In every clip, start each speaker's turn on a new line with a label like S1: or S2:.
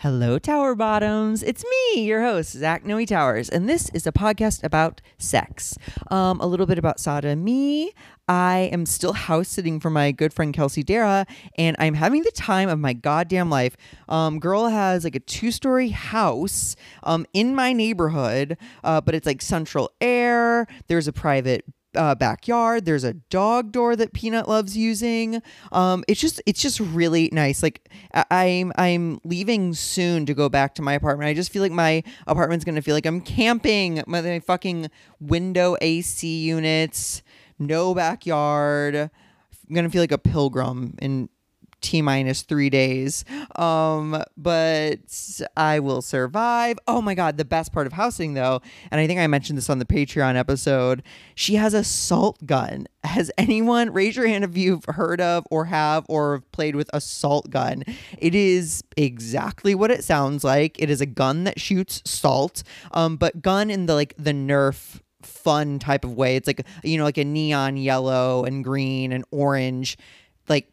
S1: Hello, Tower Bottoms. It's me, your host, Zach Noe Towers, and this is a podcast about sex. Um, a little bit about sodomy. I am still house sitting for my good friend Kelsey Dara, and I'm having the time of my goddamn life. Um, girl has like a two story house um, in my neighborhood, uh, but it's like central air. There's a private uh, backyard. There's a dog door that Peanut loves using. Um, it's just it's just really nice. Like I- I'm I'm leaving soon to go back to my apartment. I just feel like my apartment's gonna feel like I'm camping. My, my fucking window AC units, no backyard. I'm gonna feel like a pilgrim in T minus three days. Um, but I will survive. Oh my God, the best part of housing though, and I think I mentioned this on the Patreon episode, she has a salt gun. Has anyone, raise your hand if you've heard of or have or have played with a salt gun? It is exactly what it sounds like. It is a gun that shoots salt, um, but gun in the like the Nerf fun type of way. It's like, you know, like a neon yellow and green and orange like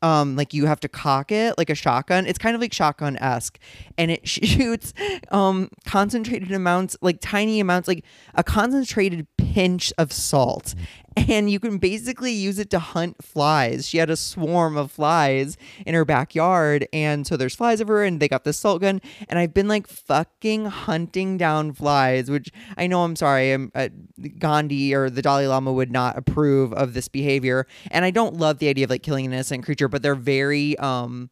S1: um like you have to cock it like a shotgun it's kind of like shotgun-esque and it shoots um concentrated amounts like tiny amounts like a concentrated pinch of salt and you can basically use it to hunt flies she had a swarm of flies in her backyard and so there's flies everywhere and they got this salt gun and i've been like fucking hunting down flies which i know i'm sorry i'm uh, gandhi or the dalai lama would not approve of this behavior and i don't love the idea of like killing an innocent creature but they're very um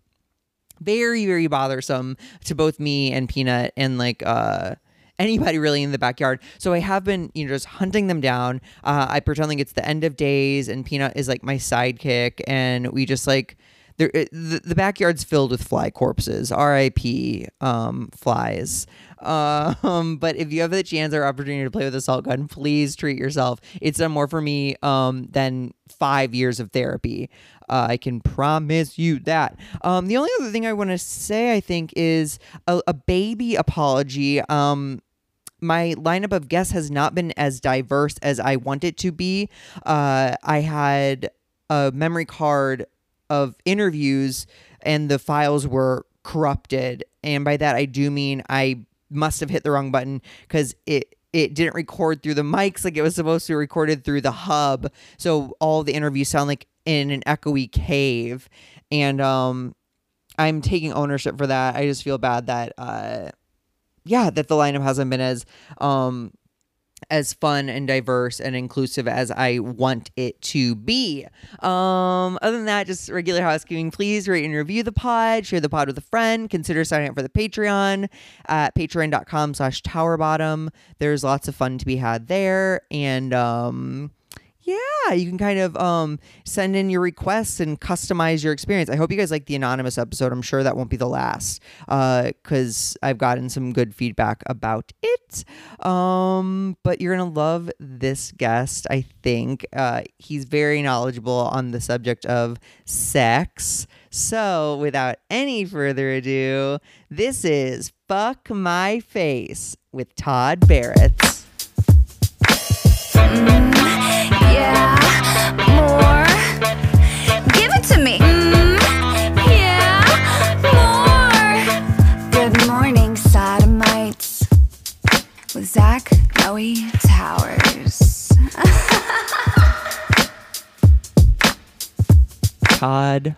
S1: very very bothersome to both me and peanut and like uh anybody really in the backyard so i have been you know just hunting them down uh, i pretend like it's the end of days and peanut is like my sidekick and we just like there, it- the, the backyard's filled with fly corpses rip um, flies um, but if you have the chance or opportunity to play with a salt gun please treat yourself it's done more for me um, than five years of therapy uh, I can promise you that. Um, the only other thing I want to say, I think, is a, a baby apology. Um, my lineup of guests has not been as diverse as I want it to be. Uh, I had a memory card of interviews, and the files were corrupted. And by that, I do mean I must have hit the wrong button because it it didn't record through the mics like it was supposed to be recorded through the hub. So all the interviews sound like in an echoey cave. And um I'm taking ownership for that. I just feel bad that uh yeah, that the lineup hasn't been as um as fun and diverse and inclusive as I want it to be. Um, other than that, just regular housekeeping. Please rate and review the pod, share the pod with a friend, consider signing up for the Patreon at patreon.com slash towerbottom. There's lots of fun to be had there. And um yeah, you can kind of um, send in your requests and customize your experience. I hope you guys like the anonymous episode. I'm sure that won't be the last because I've gotten some good feedback about it. Um, but you're going to love this guest, I think. Uh, he's very knowledgeable on the subject of sex. So, without any further ado, this is Fuck My Face with Todd Barrett.
S2: Yeah, more. Give it to me. Mm, yeah, more. Good morning, sodomites. With Zach Noe Towers.
S1: Todd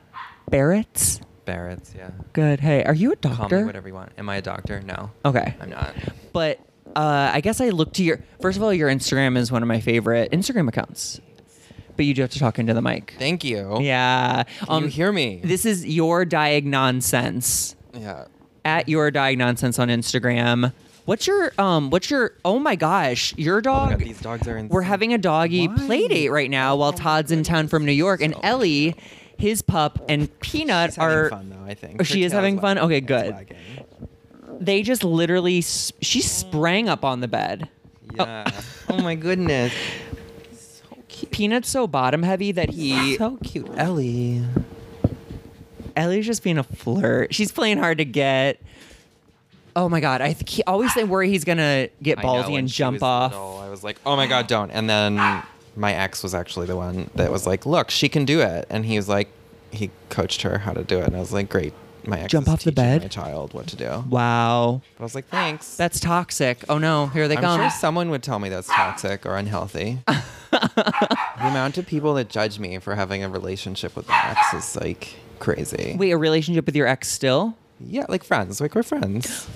S1: Barrett.
S3: Barrett's, yeah.
S1: Good. Hey, are you a
S3: Call
S1: doctor? Oh.
S3: me whatever you want. Am I a doctor? No.
S1: Okay.
S3: I'm not.
S1: But uh, I guess I look to your. First of all, your Instagram is one of my favorite Instagram accounts. But you do have to talk into the mic.
S3: Thank you.
S1: Yeah. Um,
S3: Can you hear me?
S1: This is your diag nonsense
S3: Yeah.
S1: at your diag nonsense on Instagram. What's your um? What's your? Oh my gosh, your dog.
S3: God, these dogs are
S1: We're
S3: insane.
S1: having a doggy
S3: Why? Oh
S1: play date right now while Todd's in town from New York, and
S3: So
S1: Ellie, his pup, and Peanut
S3: She's
S1: are.
S3: having fun though, I think.
S1: Oh, she is
S3: tail's
S1: having fun?
S3: wagging.
S1: Okay,
S3: It's
S1: good.
S3: wagging.
S1: They just literally. s- She sprang up on the bed. Oh.
S3: Yeah. Oh. my goodness.
S1: Peanut's so bottom heavy that he
S3: cute, Ellie.
S1: Ellie's just being a flirt. She's playing hard to get. Oh my god, I th- he- always think worry he's gonna get
S3: I
S1: ballsy
S3: know, when
S1: and
S3: she
S1: jump
S3: was
S1: off.
S3: little, I was like, oh my god, don't. And then my ex was actually the one that was like, look, she can do it. And he was like, he coached her how to do it. And I was like, great, my ex
S1: Jump
S3: is
S1: off the
S3: teaching
S1: bed?
S3: My child, what to do?
S1: Wow.
S3: But I was like, thanks.
S1: That's toxic. Oh no, here they
S3: I'm
S1: come.
S3: sure someone would tell me that's toxic or unhealthy. the amount of people that judge me for having a relationship with my ex is like crazy.
S1: Wait, a relationship with your ex still?
S3: Yeah, like friends. Like we're friends.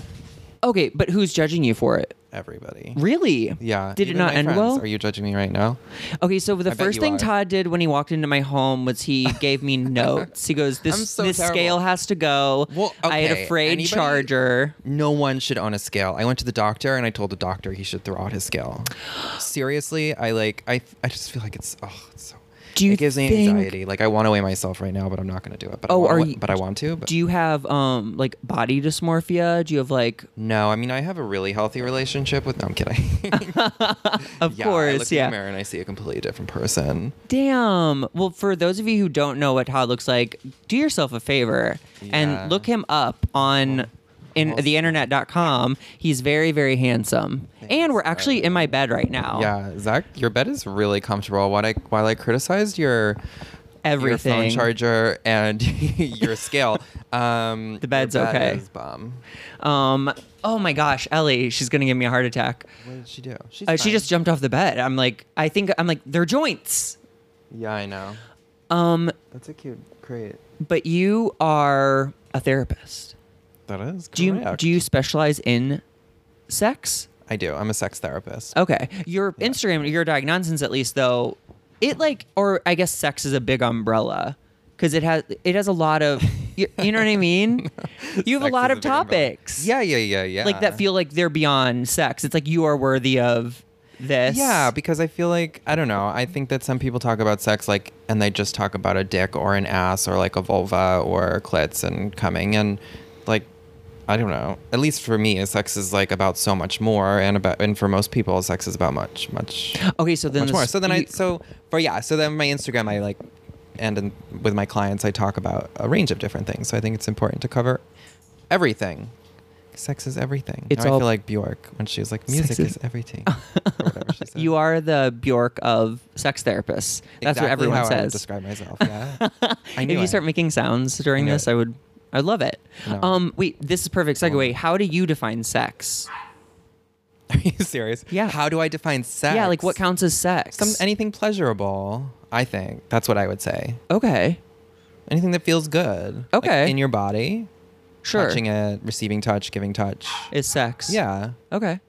S1: Okay, but who's judging you for it?
S3: Everybody.
S1: Really?
S3: Yeah.
S1: Did it
S3: even
S1: not
S3: my
S1: end
S3: friends.
S1: well?
S3: Are you judging me right now?
S1: Okay, so the
S3: bet
S1: first
S3: you
S1: thing
S3: are.
S1: Todd did when he walked into my home was he gave me notes. He goes,
S3: I'm
S1: "This
S3: so
S1: this
S3: terrible.
S1: scale has to go.
S3: Well,
S1: I had a
S3: okay,
S1: frayed
S3: anybody-
S1: charger.
S3: No one should own a scale. I went to the doctor and I told the doctor he should throw out his scale. Seriously, I like I I just feel like it's oh it's so.
S1: Do you
S3: it gives me
S1: think-
S3: anxiety. Like I want to weigh myself right now, but I'm not going to do it. But I
S1: Oh,
S3: wanna
S1: are
S3: wa-
S1: you-
S3: But I want to. But
S1: Do you have um like body dysmorphia? Do you have like
S3: no, I mean I have a really healthy relationship with. No, I'm kidding.
S1: of
S3: yeah, I look
S1: course,
S3: in the
S1: yeah.
S3: mirror and I see a completely different person.
S1: Damn. Well, for those of you who don't know what Todd looks like, do yourself a favor
S3: Yeah.
S1: and look him up on in
S3: I'll-
S1: the internet.com. He's very, very handsome. And we're actually in my bed right now.
S3: Yeah, Zach, your bed is really comfortable. While I while I criticized your
S1: Everything.
S3: your phone charger and your scale, um,
S1: The bed's
S3: your bed
S1: okay.
S3: Is bomb.
S1: Um oh my gosh, Ellie, she's gonna give me a heart attack.
S3: What did she do? She's
S1: Uh, she
S3: fine.
S1: just jumped off the bed. I'm like, I think I'm like, they're joints.
S3: Yeah, I know.
S1: Um,
S3: That's a cute crate.
S1: but you are a therapist.
S3: That is.
S1: Do you
S3: correct.
S1: do you specialize in sex?
S3: I do. I'm a sex therapist.
S1: Okay. Your Instagram, your Diag Nonsense at least though, it like or I guess sex is a big umbrella cuz it has it has a lot of you, you know what I mean? You have
S3: Sex
S1: a lot
S3: is
S1: of
S3: big umbrella.
S1: topics.
S3: Yeah, yeah, yeah, yeah.
S1: Like that feel like they're beyond sex. It's like you are worthy of this.
S3: Yeah, because I feel like I don't know. I think that some people talk about sex like, and they just talk about a dick or an ass or like a vulva or clits and coming and like, I don't know. At least for me, sex is like about so much more, and about and for most people, sex is about much, much,
S1: Okay, so then
S3: much
S1: this-
S3: more. So then I
S1: you-
S3: so for yeah. So then my Instagram, I like, and in, with my clients, I talk about a range of different things. So I think it's important to cover everything. Sex is everything.
S1: It's
S3: now I
S1: all-
S3: feel like Bjork when she was like, "Music
S1: Sex
S3: is,
S1: is-
S3: everything." or whatever she said.
S1: You are the Bjork of sex therapists. That's
S3: Exactly
S1: what everyone
S3: how I
S1: says.
S3: would describe myself. Yeah. I knew
S1: if
S3: it.
S1: you start making sounds during
S3: I knew
S1: this,
S3: it.
S1: I would, I love it.
S3: No.
S1: Um, wait, this is perfect segue. How do you define sex?
S3: Are you serious?
S1: Yeah.
S3: How do I define sex?
S1: Yeah, like what counts as sex?
S3: Some anything pleasurable. I think that's what I would say.
S1: okay,
S3: Anything that feels good. Like,
S1: Okay.
S3: in your body.
S1: sure.
S3: Touching it, receiving touch, giving touch.
S1: Is sex?
S3: yeah.
S1: Okay.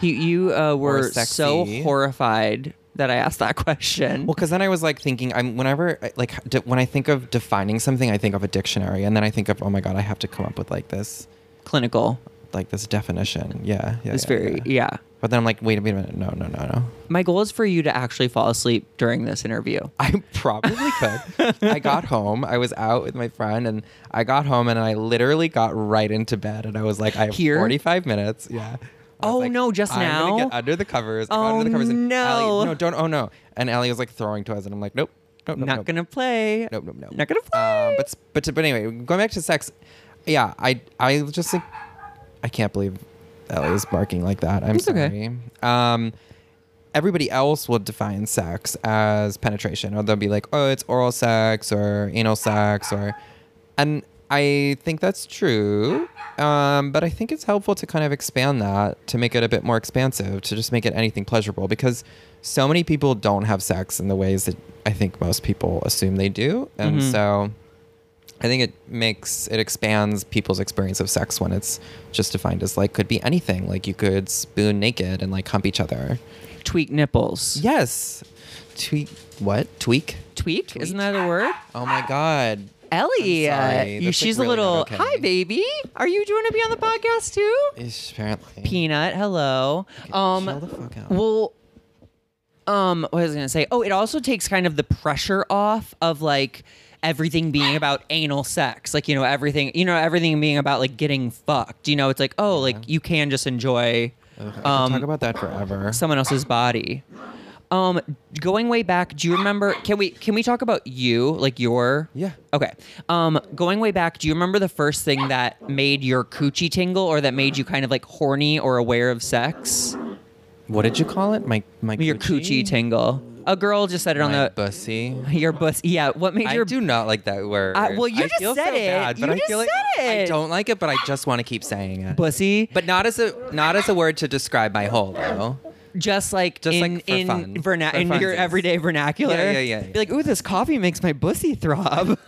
S1: You you uh, were so
S3: sexy.
S1: horrified that I asked that question.
S3: Well, because then I was like thinking, I'm whenever I- like de- when I think of defining something, I think of a dictionary, and then I think of, oh my god, I have to come up with like this,
S1: Clinical.
S3: like this definition. Yeah. yeah
S1: It's
S3: yeah,
S1: very
S3: yeah.
S1: yeah.
S3: But then I'm like, wait a minute, no, no, no, no.
S1: My goal is for you to actually fall asleep during this interview.
S3: I probably could. I got home. I was out with my friend, and I got home, and I literally got right into bed, and I was like, I have
S1: Here?
S3: 45 minutes. Yeah. I was
S1: Oh, no, just
S3: I'm gonna
S1: now?
S3: get under the covers. I got
S1: Oh,
S3: under the covers. And
S1: no.
S3: Allie- no, don't. Oh no. And Allie was like throwing to us, and I'm like, nope, nope, nope,
S1: Not
S3: nope.
S1: gonna play.
S3: Nope, nope, nope.
S1: Not gonna play.
S3: Um, but s- but to- but anyway, going back to sex. Yeah, I I was just like, I can't believe Ellie is barking like that. I'm
S1: It's okay.
S3: sorry. Um, everybody else will define sex as penetration, or they'll be like, oh, it's oral sex or anal sex, or, and I think that's true. Um, but I think it's helpful to kind of expand that to make it a bit more expansive, to just make it anything pleasurable, because so many people don't have sex in the ways that I think most people assume they do, and
S1: Mhm.
S3: so. I think it makes it expands people's experience of sex when it's just defined as like could be anything. Like you could spoon naked and like hump each other.
S1: Tweak nipples.
S3: Yes. Tweak what? Tweak?
S1: Tweak?
S3: Tweak.
S1: Isn't that a word?
S3: Oh my god.
S1: Ellie,
S3: I'm sorry.
S1: uh,
S3: That's,
S1: you-
S3: like,
S1: she's
S3: really
S1: a little.
S3: not okay.
S1: Hi, baby. Are you doing to be on the podcast too?
S3: Ish, apparently.
S1: Peanut, hello. Um,
S3: chill the fuck out.
S1: well, um, what was I gonna say? Oh, it also takes kind of the pressure off of like everything being about anal sex, like you know everything, you know everything being about like getting fucked. You know, it's like oh, like you can just enjoy
S3: Ugh, I could
S1: um,
S3: talk about that forever.
S1: someone else's body. Um, going way back, do you remember? Can we can we talk about you, like your?
S3: Yeah.
S1: Okay. Um, going way back, do you remember the first thing that made your coochie tingle, or that made you kind of like horny or aware of sex?
S3: what did you call it? My my
S1: Your coochie tingle. A girl just said it on
S3: My
S1: the
S3: bussy.
S1: your bus. Yeah, what made
S3: I
S1: your
S3: do not like that word.
S1: I- well, you
S3: I
S1: just
S3: feel
S1: said
S3: so
S1: it.
S3: Bad, but
S1: You
S3: I
S1: just
S3: feel like
S1: said
S3: I
S1: it.
S3: don't like it, but I just want to keep saying it.
S1: bussy?
S3: but not as a not as a word to describe my whole though.
S1: just like
S3: Just,
S1: in
S3: like, for
S1: in,
S3: fun.
S1: verna-
S3: For
S1: in your
S3: funsies.
S1: everyday vernacular.
S3: Yeah, yeah, yeah, yeah.
S1: Be like, ooh, this coffee makes my bussy throb.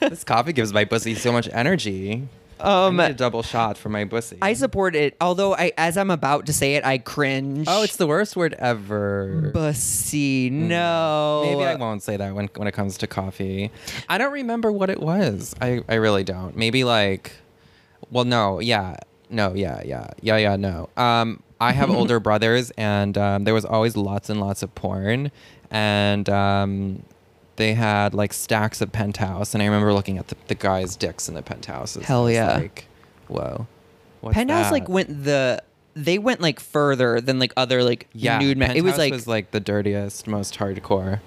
S3: This coffee gives my pussy so much energy.
S1: Um,
S3: I need a double shot for my pussy.
S1: I support it, although I, as I'm about to say it, I cringe.
S3: oh, it's the worst word ever.
S1: bussy. No,
S3: Maybe I won't say that when when it comes to coffee. I don't remember what it was. I, I really don't. Maybe like well no, yeah. No, yeah, yeah. Yeah, yeah, no. Um I have older brothers and um, there was always lots and lots of porn and um they had like stacks of penthouse and I remember looking at the, the guys' dicks in the penthouses. and
S1: Hell
S3: I was
S1: yeah.
S3: Like, whoa. What's
S1: Penthouse like
S3: that?
S1: went the they went like further than like other like
S3: yeah,
S1: nude men. It was
S3: Penthouse
S1: like,
S3: was like the dirtiest, most hardcore.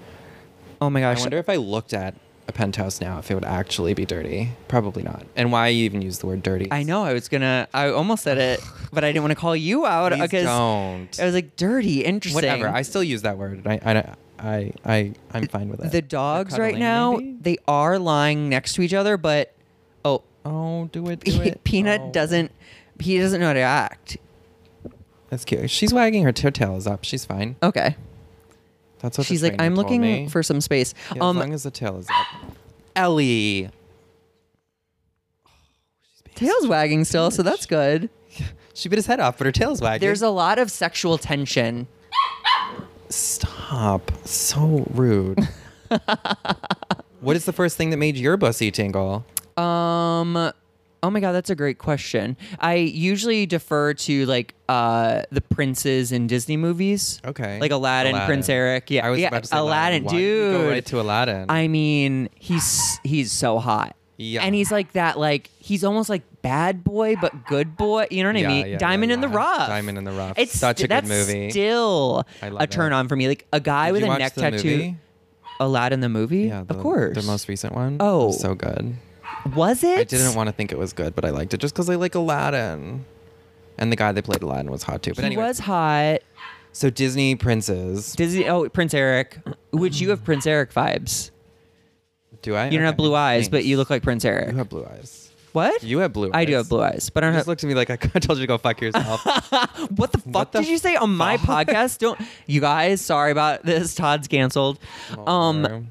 S1: oh my gosh,
S3: I wonder if I looked at a penthouse now if it would actually be dirty. Probably not. And why you even use the word dirty?
S1: I know I was gonna. I almost said it, but I didn't want to call you out
S3: Please
S1: because
S3: don't.
S1: I was like dirty, interesting.
S3: Whatever. I still use that word. I I don't- I I I'm fine with it.
S1: the dogs right
S3: cuddling,
S1: now
S3: maybe?
S1: they are lying next to each other, but oh,
S3: Oh, do it. Do it.
S1: Peanut
S3: Oh.
S1: doesn't. He doesn't know how to act.
S3: That's cute. She's wagging her tail tails up. She's fine.
S1: Okay,
S3: That's what the
S1: she's like,
S3: trainer
S1: I'm
S3: told
S1: looking
S3: me.
S1: for some space.
S3: Yeah,
S1: um,
S3: as long as the tail is up.
S1: Ellie. Tail's wagging still, so that's good.
S3: She bit his head off, but her tail's wagging.
S1: There's a lot of sexual tension.
S3: stop. So rude. what is the first thing that made your bussy tingle?
S1: Um, oh my god, that's a great question. I usually defer to like uh the princes in Disney movies.
S3: Okay.
S1: like Aladdin, Prince Eric. Yeah,
S3: I was
S1: yeah,
S3: about to say
S1: Aladdin,
S3: Why did you
S1: dude.
S3: Go right to Aladdin.
S1: I mean, he's he's so hot.
S3: Yeah.
S1: And he's like that, like he's almost like bad boy but good boy. You know what I
S3: Yeah,
S1: mean?
S3: yeah,
S1: Diamond
S3: yeah,
S1: in the
S3: yeah.
S1: Rough.
S3: Diamond in the Rough.
S1: It's
S3: Such a
S1: st-
S3: good
S1: that's
S3: movie.
S1: Still
S3: I love
S1: a
S3: it.
S1: turn on for me, like a guy
S3: Did
S1: with
S3: you
S1: a
S3: watch
S1: neck
S3: the
S1: tattoo.
S3: movie?
S1: Aladdin the movie,
S3: Yeah, the,
S1: of course.
S3: The most recent one.
S1: Oh.
S3: so good.
S1: was it?
S3: I didn't want to think it was good, but I liked it just because I like Aladdin. And the guy that played Aladdin was hot too. But
S1: he
S3: anyway,
S1: was hot.
S3: so Disney princes.
S1: Disney. Oh, Prince Eric. Would you have Prince Eric vibes?
S3: do I?
S1: You don't have blue eyes, but you look like Prince Eric.
S3: You have blue eyes.
S1: what?
S3: You have blue.
S1: I do
S3: eyes.
S1: have blue eyes, but I
S3: You
S1: don't have.
S3: just looked at me like I told you to go fuck yourself.
S1: What the fuck
S3: the
S1: did you say on my
S3: fuck?
S1: podcast? Don't you guys? Sorry about this. Todd's canceled. Um,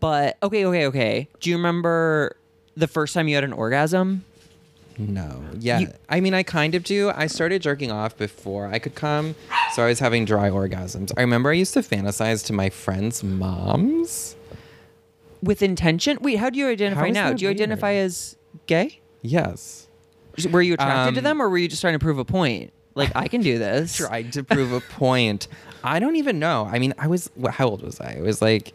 S1: but okay, okay, okay. Do you remember the first time you had an orgasm?
S3: No. Yeah.
S1: You-
S3: I mean, I kind of do. I started jerking off before I could come, so I was having dry orgasms. I remember I used to fantasize to my friends' moms.
S1: With intention? Wait, how do you identify
S3: is
S1: now?
S3: that
S1: Do you identify
S3: weird?
S1: as gay?
S3: Yes.
S1: Were you attracted to
S3: Um,
S1: them, or were you just trying to prove a point? Like I can do this.
S3: Tried to prove a point. I don't even know. I mean, I was, wh- how old was I? It was like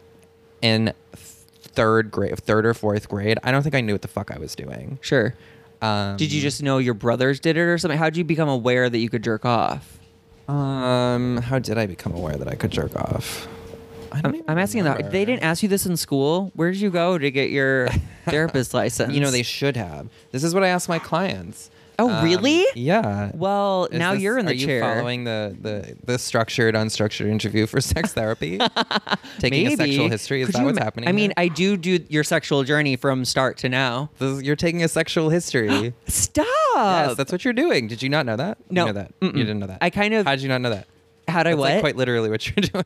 S3: in th- third grade, third or fourth grade. I don't think I knew what the fuck I was doing.
S1: Sure.
S3: Um,
S1: Did you just know your brothers did it or something? How did you become aware that you could jerk off?
S3: Um, how did I become aware that I could jerk off? I don't
S1: I'm, I'm asking that. They didn't ask you this in school. Where did you go to get your therapist license?
S3: You know, they should have. This is what I ask my clients. Um,
S1: Oh, really?
S3: Yeah.
S1: Well,
S3: Is
S1: now
S3: this-
S1: you're in the
S3: are
S1: chair.
S3: you following the, the the structured unstructured interview for sex therapy? Taking a sexual history is
S1: Could
S3: that
S1: you
S3: what's
S1: ima-
S3: happening?
S1: I mean,
S3: here?
S1: I do do your sexual journey from start to now.
S3: This is- you're taking a sexual history.
S1: Stop.
S3: yes, that's what you're doing. Did you not know that?
S1: No.
S3: you know that.
S1: Mm-mm.
S3: You didn't know that.
S1: I kind of-
S3: How did you not know that?
S1: How'd I
S3: That's like
S1: what?
S3: quite literally what you're doing.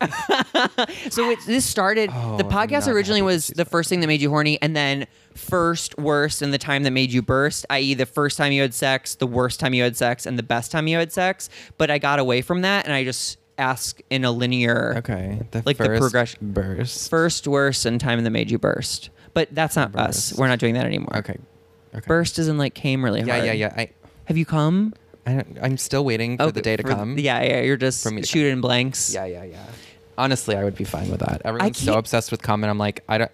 S1: so it, this started.
S3: Oh,
S1: the
S3: I'm
S1: podcast
S3: not
S1: originally
S3: happy that
S1: was
S3: she's
S1: the first thing that made you horny, and then first, worst, and the time that made you burst, i.e., the first time you had sex, the worst time you had sex, and the best time you had sex. But I got away from that, and I just ask in a linear.
S3: okay. The
S1: Like the
S3: first
S1: progression-
S3: burst.
S1: First, worst, and time that made you burst. But that's not us.
S3: Burst.
S1: We're not doing that anymore.
S3: Okay. Okay.
S1: Burst isn't like came really
S3: Yeah,
S1: hard.
S3: yeah, yeah. I,
S1: Have you come?
S3: I don't, I'm still waiting for the day to
S1: Oh, for-
S3: come.
S1: Yeah, yeah. You're just
S3: For me to come.
S1: shooting blanks.
S3: Yeah, yeah, yeah. Honestly, I would be fine with that. Everyone's so
S1: can't-
S3: obsessed with cum, and I'm like, I don't.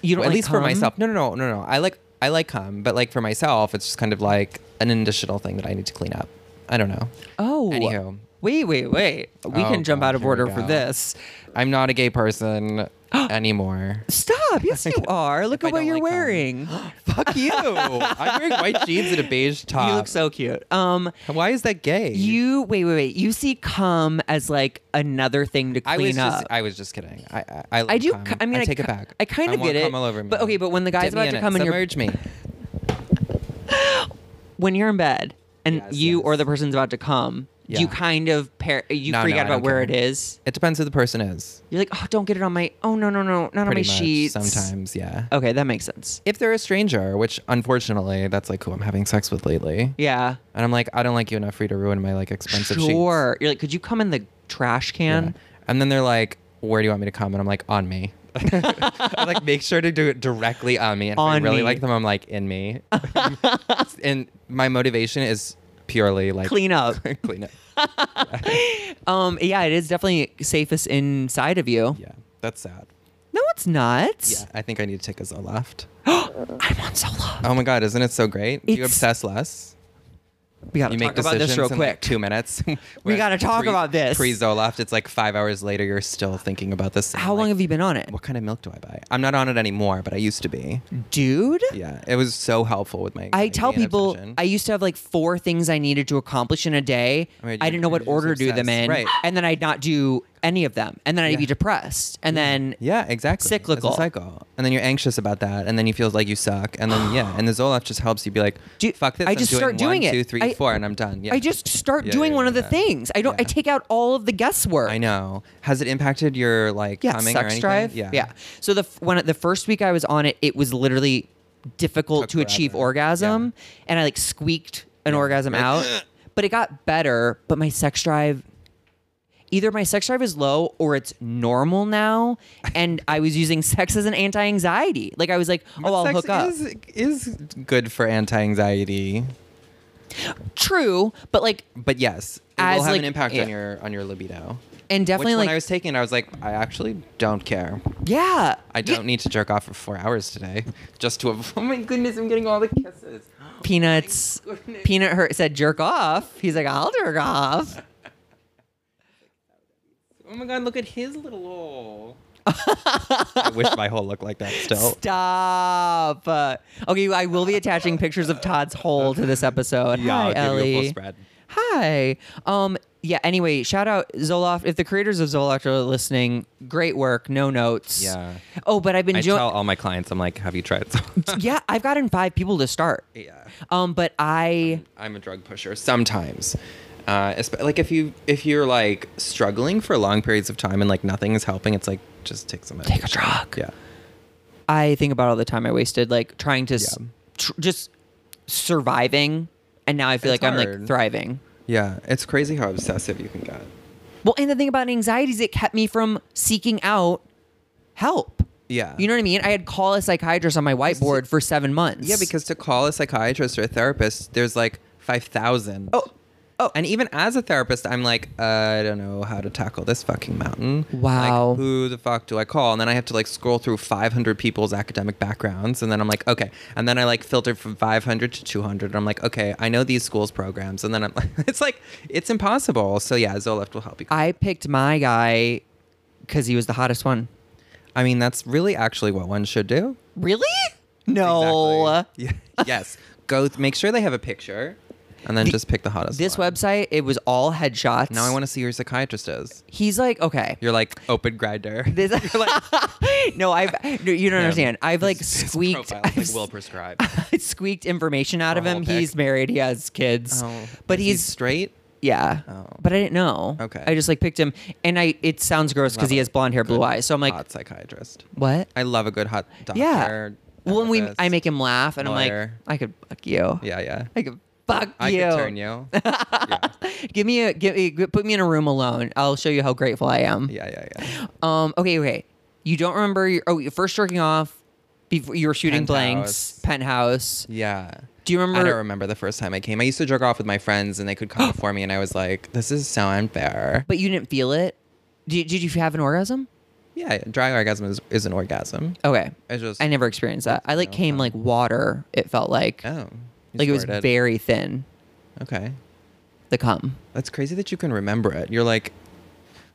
S1: You don't
S3: at
S1: like
S3: least for
S1: cum?
S3: myself. No, no, no, no, no. I like I like cum, but like for myself, it's just kind of like an additional thing that I need to clean up. I don't know.
S1: Oh.
S3: Anywho,
S1: wait, wait, wait. We
S3: Oh,
S1: can jump
S3: God,
S1: out of
S3: here we
S1: order for
S3: go.
S1: this.
S3: I'm not a gay person anymore.
S4: Stop. Yes, you are. Look
S1: If I
S4: at what
S1: don't
S4: you're
S1: like them.
S4: wearing.
S3: Fuck you. I'm wearing white jeans and a beige top.
S1: You look so cute. Um,
S3: Why is that gay?
S1: you wait, wait, wait. You see cum as like another thing to
S3: I
S1: clean
S3: was
S1: up.
S3: just I was just kidding. I I, I, love
S1: I do.
S3: cum.
S1: ki- I mean, I,
S3: take it
S1: ki-
S3: back.
S1: I kind of
S3: want
S1: get it.
S3: cum all over me.
S1: But okay, but when the guy's
S3: Dip
S1: about
S3: me in
S1: to
S3: it.
S1: come in your
S3: submerge me.
S1: when you're in bed and
S3: Yes,
S1: you
S3: yes.
S1: or the person's about to come, you
S3: Yeah.
S1: kind of par- you
S3: No,
S1: freak
S3: no,
S1: out
S3: I
S1: about
S3: don't
S1: where it
S3: care.
S1: is.
S3: It depends who the person is.
S1: You're like, oh, don't get it on my. Oh no, no, no, not on my
S3: Pretty much
S1: sheets.
S3: sometimes, yeah.
S1: Okay, that makes sense.
S3: If they're a stranger, which unfortunately that's like who I'm having sex with lately,
S1: Yeah.
S3: and I'm like, I don't like you enough for you to ruin my like expensive sheets.
S1: sure. You're like, could you come in the trash
S3: Yeah.
S1: can?
S3: And then they're like, "Where do you want me to come?" And I'm like, "On me." I like make sure to do it directly on me. And
S1: On
S3: if I really
S1: me.
S3: like them, I'm like, "In me." and my motivation is purely like
S1: Clean up.
S3: clean up.
S1: Um, yeah, it is definitely safest inside of you.
S3: Yeah, that's sad.
S1: No, it's not.
S3: Yeah, I think I need to take a Zoloft.
S1: I'm on solo.
S3: Oh my god, isn't it so great? Do you
S1: It's-
S3: obsess less?
S1: We gotta
S3: You
S1: talk
S3: make
S1: about
S3: decisions
S1: this real
S3: in
S1: quick.
S3: like two minutes. Whereas
S1: gotta talk
S3: pre-
S1: about this.
S3: Pre Zoloft, it's like five hours later. You're still thinking about this.
S1: How long have you been on it,
S3: What kind of milk do I buy? I'm not on it anymore, but I used to be.
S1: dude?
S3: Yeah, it was so helpful with
S1: Mm.
S3: my.
S1: I
S3: anxiety
S1: tell
S3: and
S1: people
S3: obsession.
S1: I used to have like four things I needed to accomplish in a day.
S3: I
S1: I,
S3: mean,
S1: didn't know
S3: you're
S1: what
S3: just
S1: order to do them
S3: obsessed.
S1: in,
S3: Right.
S1: and then I'd not do any of them, and then I'd
S3: Yeah.
S1: be depressed, and then
S3: yeah, exactly.
S1: cyclical.
S3: It's a cycle, and then you're anxious about that, and then you feel like you suck, and then yeah, and the Zoloft just helps you be like,
S1: Do-
S3: fuck this.
S1: I
S3: I'm
S1: just start doing
S3: one,
S1: it.
S3: two, three,
S1: I-
S3: four, and I'm done. Yeah.
S1: I just start
S3: Yeah,
S1: doing
S3: yeah,
S1: one of
S3: yeah.
S1: the things. I don't. I
S3: Yeah.
S1: take out all of the guesswork.
S3: I know. Has it impacted your like
S1: Yeah,
S3: coming or
S1: sex
S3: anything?
S1: drive.
S3: yeah.
S1: yeah. So the f- when the first week I was on it, it was literally difficult
S3: Took
S1: to achieve
S3: forever.
S1: orgasm, and I like squeaked an orgasm out. But it got better. But my sex drive, either my sex drive is low or it's normal now, and I was using sex as an anti-anxiety. Like I was like, oh, I'll
S3: sex
S1: hook up.
S3: Is, is good for anti-anxiety,
S1: True, but like,
S3: but yes, it
S1: As,
S3: will have
S1: like,
S3: an impact
S1: yeah.
S3: on your on your libido.
S1: and definitely
S3: Which
S1: like,
S3: when I was taking it, I was like, I actually don't care.
S1: yeah,
S3: I
S1: Yeah.
S3: don't need to jerk off for four hours today just to. Avoid, oh my goodness, I'm getting all the kisses.
S1: peanuts.
S3: Oh goodness.
S1: Peanut hurt said jerk off. He's like, I'll jerk off.
S3: Oh my god, look at his little hole. I wish my hole looked like that still.
S1: Stop. Uh, okay, I will be attaching pictures of Todd's hole to this episode. Hi, Ellie. Hi. Um. Yeah. Anyway, shout out Zoloft. If the creators of Zoloft are listening, great work. No notes.
S3: Yeah.
S1: Oh, but I've been
S3: I
S1: jo-
S3: tell all my clients, I'm like, have you tried some?
S1: yeah, I've gotten five people to start.
S3: yeah.
S1: Um, but I
S3: I'm a drug pusher sometimes. Uh, esp- like if you if you're like struggling for long periods of time and like nothing is helping, it's like just take some
S1: take a
S3: medication.
S1: drug.
S3: Yeah.
S1: I think about all the time I wasted, like trying to s-
S3: Yeah.
S1: tr- just surviving, and now I feel
S3: It's
S1: like I'm like
S3: hard.
S1: thriving.
S3: Yeah. It's crazy how obsessive you can get.
S1: Well, and the thing about anxiety is it kept me from seeking out help.
S3: Yeah.
S1: You know what I mean? I had call a psychiatrist on my whiteboard for seven months.
S3: Yeah, because to call a psychiatrist or a therapist, there's like five thousand.
S1: Oh, oh.
S3: And even as a therapist, I'm like, I don't know how to tackle this fucking mountain.
S1: Wow.
S3: Like, who the fuck do I call? And then I have to like scroll through 500 people's academic backgrounds. And then I'm like, okay. And then I like filter from 500 to 200. And I'm like, okay, I know these schools' programs. And then I'm like, it's like, it's impossible. So yeah, Zoloft will help you. I,
S1: I picked my guy because he was the hottest one.
S3: mean, that's really actually what one should do.
S1: Really? No.
S3: Exactly. Yeah. yes. Go th- make sure they have a picture and then just pick the hottest
S1: This
S3: one.
S1: website, it was all headshots.
S3: Now I want to see who your psychiatrist is.
S1: He's like, okay.
S3: You're like open grinder.
S1: This, no, I've. No, you don't understand. I've like squeaked. I've s-
S3: will prescribe.
S1: I squeaked information out of
S3: Or whole
S1: him.
S3: pic.
S1: He's married. He has kids. but
S3: Oh, Is he
S1: he's
S3: straight.
S1: Yeah.
S3: Oh.
S1: But I didn't know.
S3: Okay.
S1: I just like picked him and I it sounds gross because
S3: Love
S1: he
S3: it.
S1: has blonde hair, blue
S3: Good
S1: eyes. So I'm like,
S3: hot psychiatrist.
S1: what?
S3: I love a good hot doctor.
S1: yeah. Well, and we
S3: therapist.
S1: I make him laugh and
S3: lawyer.
S1: I'm like, I could fuck you.
S3: Yeah, yeah.
S1: I could fuck
S3: I
S1: you.
S3: could turn you. yeah.
S1: Give me a give me put me in a room alone. I'll show you how grateful I am.
S3: yeah, yeah, yeah.
S1: Um okay, okay. You don't remember your oh your first jerking off before you were shooting blanks,
S3: Penthouse.
S1: penthouse.
S3: Yeah.
S1: Do you remember
S3: I don't remember the first time I came. I used to jerk off with my friends, and they could come for me, and I was like, "This is so unfair."
S1: but you didn't feel it? Did, did you have an orgasm?
S3: yeah, dry orgasm is, is an orgasm.
S1: Okay.
S3: I just
S1: I never experienced that. I like
S3: No,
S1: came
S3: no.
S1: like water, it felt like.
S3: Oh, you
S1: like it was
S3: squirted.
S1: very thin.
S3: okay.
S1: the cum.
S3: That's crazy that you can remember it. You're like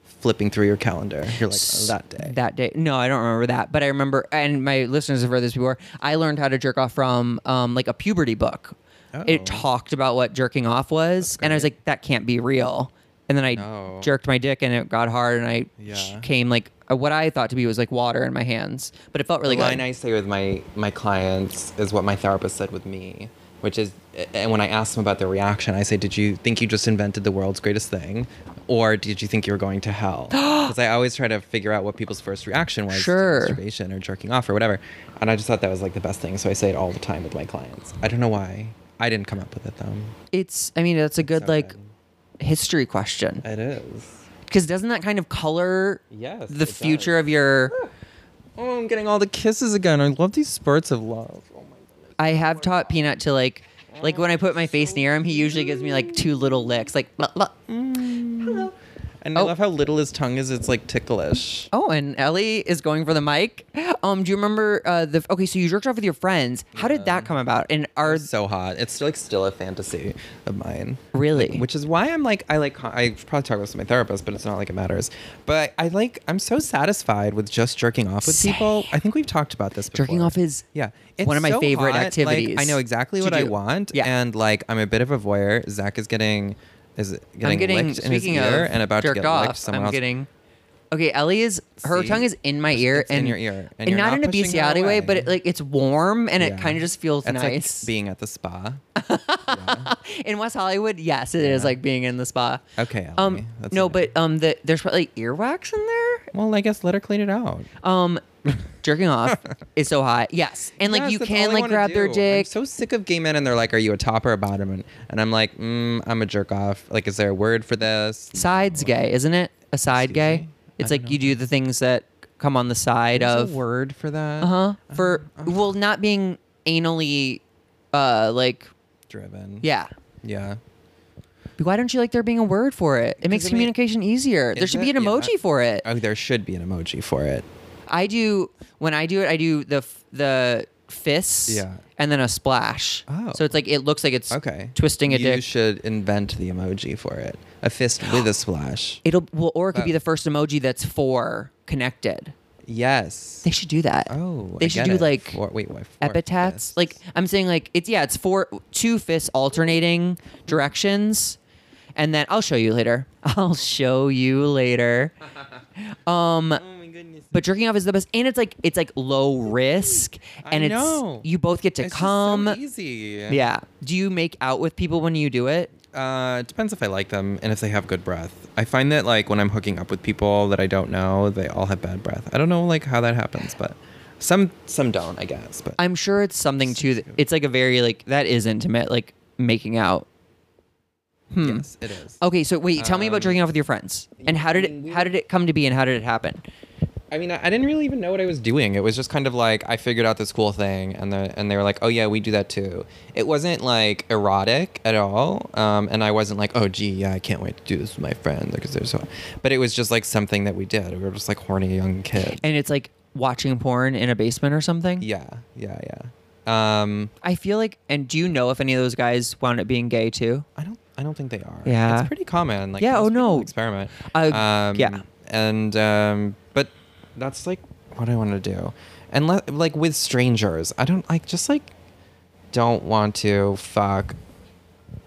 S3: flipping through your calendar. You're like, oh, that day.
S1: That day. No, I don't remember that, but I remember. And my listeners have heard this before. I learned how to jerk off from um, like a puberty book.
S3: Oh.
S1: It talked about what jerking off was, and I was
S3: great.
S1: like, that can't be real. And then I
S3: No.
S1: jerked my dick, and it got hard, and I sh-
S3: Yeah.
S1: came like uh, what I thought to be was like water in my hands, but it felt really
S3: the line
S1: good.
S3: I say with my my clients is what my therapist said with me, which is, and when I ask them about their reaction, I say, "Did you think you just invented the world's greatest thing, or did you think you were going to hell?" Because I always try to figure out what people's first reaction was
S1: Sure.
S3: to masturbation or jerking off or whatever, and I just thought that was like the best thing, so I say it all the time with my clients. I don't know why I didn't come up with it though.
S1: it's. I mean, that's a good
S3: So
S1: like
S3: good.
S1: history question.
S3: It is.
S1: because doesn't that kind of color
S3: Uh, Yes,
S1: the
S3: it
S1: future
S3: does.
S1: of your
S3: Oh, I'm getting all the kisses again. I love these spurts of love. Oh my
S1: i have taught peanut to like like when i put my face near him he usually gives me like two little licks like blah, blah.
S3: Mm. And I
S1: Oh.
S3: love how little his tongue is. It's like ticklish.
S1: oh and ellie is going for the mic um do you remember uh the okay so you jerked off with your friends how did that come about and are
S3: so hot. It's like still a fantasy of mine.
S1: really
S3: Which is why I'm like I like con- I should probably talk about this with my therapist, but it's not like it matters. But I like I'm so satisfied with just jerking off with people. I think we've talked about this. before.
S1: Jerking off is
S3: yeah
S1: one of my
S3: so
S1: favorite
S3: hot. Like,
S1: activities
S3: I know exactly
S1: to
S3: what I
S1: do.
S3: want,
S1: Yeah.
S3: and like I'm a bit of a voyeur. Zach is getting is getting,
S1: i'm getting
S3: licked in his
S1: speaking
S3: ear
S1: of
S3: and about to
S1: jerked
S3: get licked.
S1: off
S3: Someone
S1: i'm
S3: else.
S1: getting okay ellie is her
S3: See?
S1: tongue is in my ear
S3: It's in
S1: and
S3: your ear, and
S1: and,
S3: you're
S1: not,
S3: not
S1: in a
S3: pushing it
S1: bestiality way
S3: away.
S1: but it, like it's warm and it
S3: Yeah.
S1: kind of just feels
S3: It's like
S1: nice
S3: being at the spa.
S1: in West Hollywood, yes, it is
S3: Yeah.
S1: like being in the spa.
S3: Okay, Ellie,
S1: Um,
S3: that's
S1: no,
S3: enough.
S1: but um, the, there's probably earwax in there.
S3: Well, I guess let her clean it out.
S1: Um, jerking off is so hot. Yes, and like
S3: Yes,
S1: you
S3: that's all
S1: can
S3: I
S1: like
S3: wanna
S1: grab their
S3: do. I'm
S1: dick.
S3: so sick of gay men, and they're like, "Are you a top or a bottom?" And, and I'm like, mm, "I'm a jerk off." Like, is there a word for this?
S1: Sides gay, isn't it? A side
S3: Excuse
S1: gay.
S3: me?
S1: It's
S3: I
S1: like
S3: don't
S1: you do the things that come on the side
S3: There's
S1: of.
S3: a word Uh-huh, for that.
S1: Uh huh. For well, not being anally, uh, like
S3: Driven.
S1: yeah.
S3: Yeah.
S1: Why don't you like there being a word for it? It makes
S3: it ma-
S1: communication easier. There
S3: Is
S1: should
S3: it?
S1: be an
S3: Yeah.
S1: emoji for it.
S3: Oh, there should be an emoji for it.
S1: I do when I do it. I do the f- the fists,
S3: Yeah.
S1: and then a splash.
S3: Oh.
S1: so it's like it looks like it's
S3: Okay.
S1: twisting a
S3: you
S1: dick.
S3: should invent the emoji for it. A fist with a splash.
S1: It'll well, or it could be
S3: Wow.
S1: the first emoji that's four connected.
S3: Yes.
S1: They should do that.
S3: oh.
S1: they
S3: I
S1: should
S3: get
S1: do
S3: it.
S1: like
S3: Four- wait, what? Four
S1: epithets.
S3: fists.
S1: Like I'm saying, like it's yeah, it's four two fists alternating directions, and then I'll show you later. I'll show you later. Um,
S3: Oh my goodness.
S1: But jerking off is the best, and it's like it's like low risk, and it's
S3: know.
S1: you both get to
S3: It's just so
S1: come.
S3: easy.
S1: Yeah. Do you make out with people when you do it?
S3: Uh, it depends if I like them and if they have good breath. I find that like when I'm hooking up with people that I don't know, they all have bad breath. I don't know like how that happens, but some some don't, I guess. But
S1: I'm sure it's something too. That, it's like a very like that is intimate, like making out.
S3: yes, it is.
S1: Okay, so wait, tell me about jerking off with your friends, and how did
S3: Um, I mean,
S1: it
S3: we
S1: how did it come to be, and how did it happen?
S3: I mean, I I didn't really even know what I was doing. It was just kind of like I figured out this cool thing, and the, and they were like, "Oh yeah, we do that too." It wasn't like erotic at all, um, and I wasn't like, "Oh gee, yeah, I can't wait to do this with my friend," because they're so. But it was just like something that we did. We were just like horny young kids.
S1: And it's like watching porn in a basement or something.
S3: Yeah, yeah, yeah. Um,
S1: I feel like, and do you know if any of those guys wound up being gay too?
S3: I don't. I don't think they are.
S1: Yeah.
S3: it's pretty common. Like
S1: Yeah,
S3: most
S1: oh,
S3: people
S1: no.
S3: experiment.
S1: Uh,
S3: um,
S1: yeah.
S3: and um, but that's like what I want to do, and le- like with strangers, I don't like just like don't want to fuck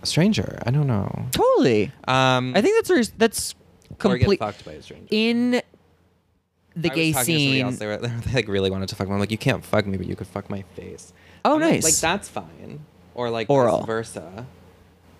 S3: a stranger. I don't know.
S1: Totally.
S3: Um,
S1: I think that's res- that's complete
S3: fucked by a stranger.
S1: in the
S3: I was
S1: gay
S3: talking to somebody
S1: scene.
S3: else, They, were, they like really wanted to fuck me. I'm like, you can't fuck me, but you could fuck my face.
S1: Oh,
S3: I'm like-
S1: nice.
S3: Like that's fine, or like
S1: Oral.
S3: vice versa.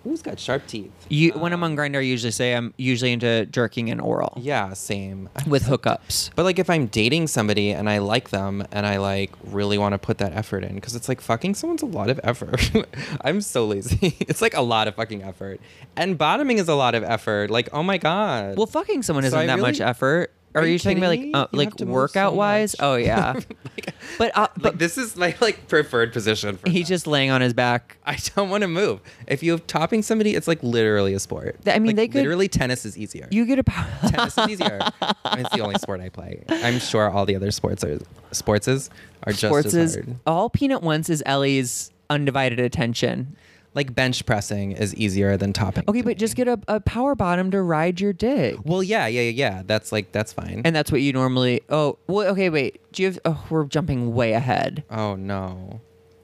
S3: Who's got sharp teeth?
S1: You, when I'm
S3: Um,
S1: on Grinder, I usually say I'm usually into jerking and oral
S3: Yeah, same. I
S1: with hookups.
S3: But like if I'm dating somebody and I like them and I like really want to put that effort in cuz it's like fucking someone's a lot of effort. I'm so lazy. it's like a lot of fucking effort. And bottoming is a lot of effort. Like oh my god.
S1: Well, fucking someone
S3: So
S1: isn't
S3: I
S1: that much
S3: really-
S1: effort. Are,
S3: Are
S1: you,
S3: you
S1: talking about like
S3: kidding me?
S1: uh,
S3: You
S1: like
S3: have to move so
S1: workout wise?
S3: much.
S1: Oh yeah,
S3: Like-
S1: but uh,
S3: like
S1: but
S3: this is my like preferred position for
S1: he's
S3: that.
S1: just laying on his back.
S3: I don't want to move. If you're topping somebody, it's like literally a sport.
S1: Th- I mean,
S3: Like,
S1: they could-
S3: literally tennis is easier.
S1: You get a power.
S3: tennis is easier. I mean, it's the only sport I play. I'm sure all the other sports are sports is are just
S1: Sports
S3: as
S1: is
S3: hard.
S1: all peanut wants is Ellie's undivided attention.
S3: like bench pressing is easier than topping.
S1: Okay,
S3: to me.
S1: but just get a, a power bottom to ride your dick.
S3: well, yeah, yeah, yeah, yeah. That's like that's fine.
S1: And that's what you normally. Oh, well, okay, wait. Do you have. Oh, we're jumping way ahead.
S3: oh no,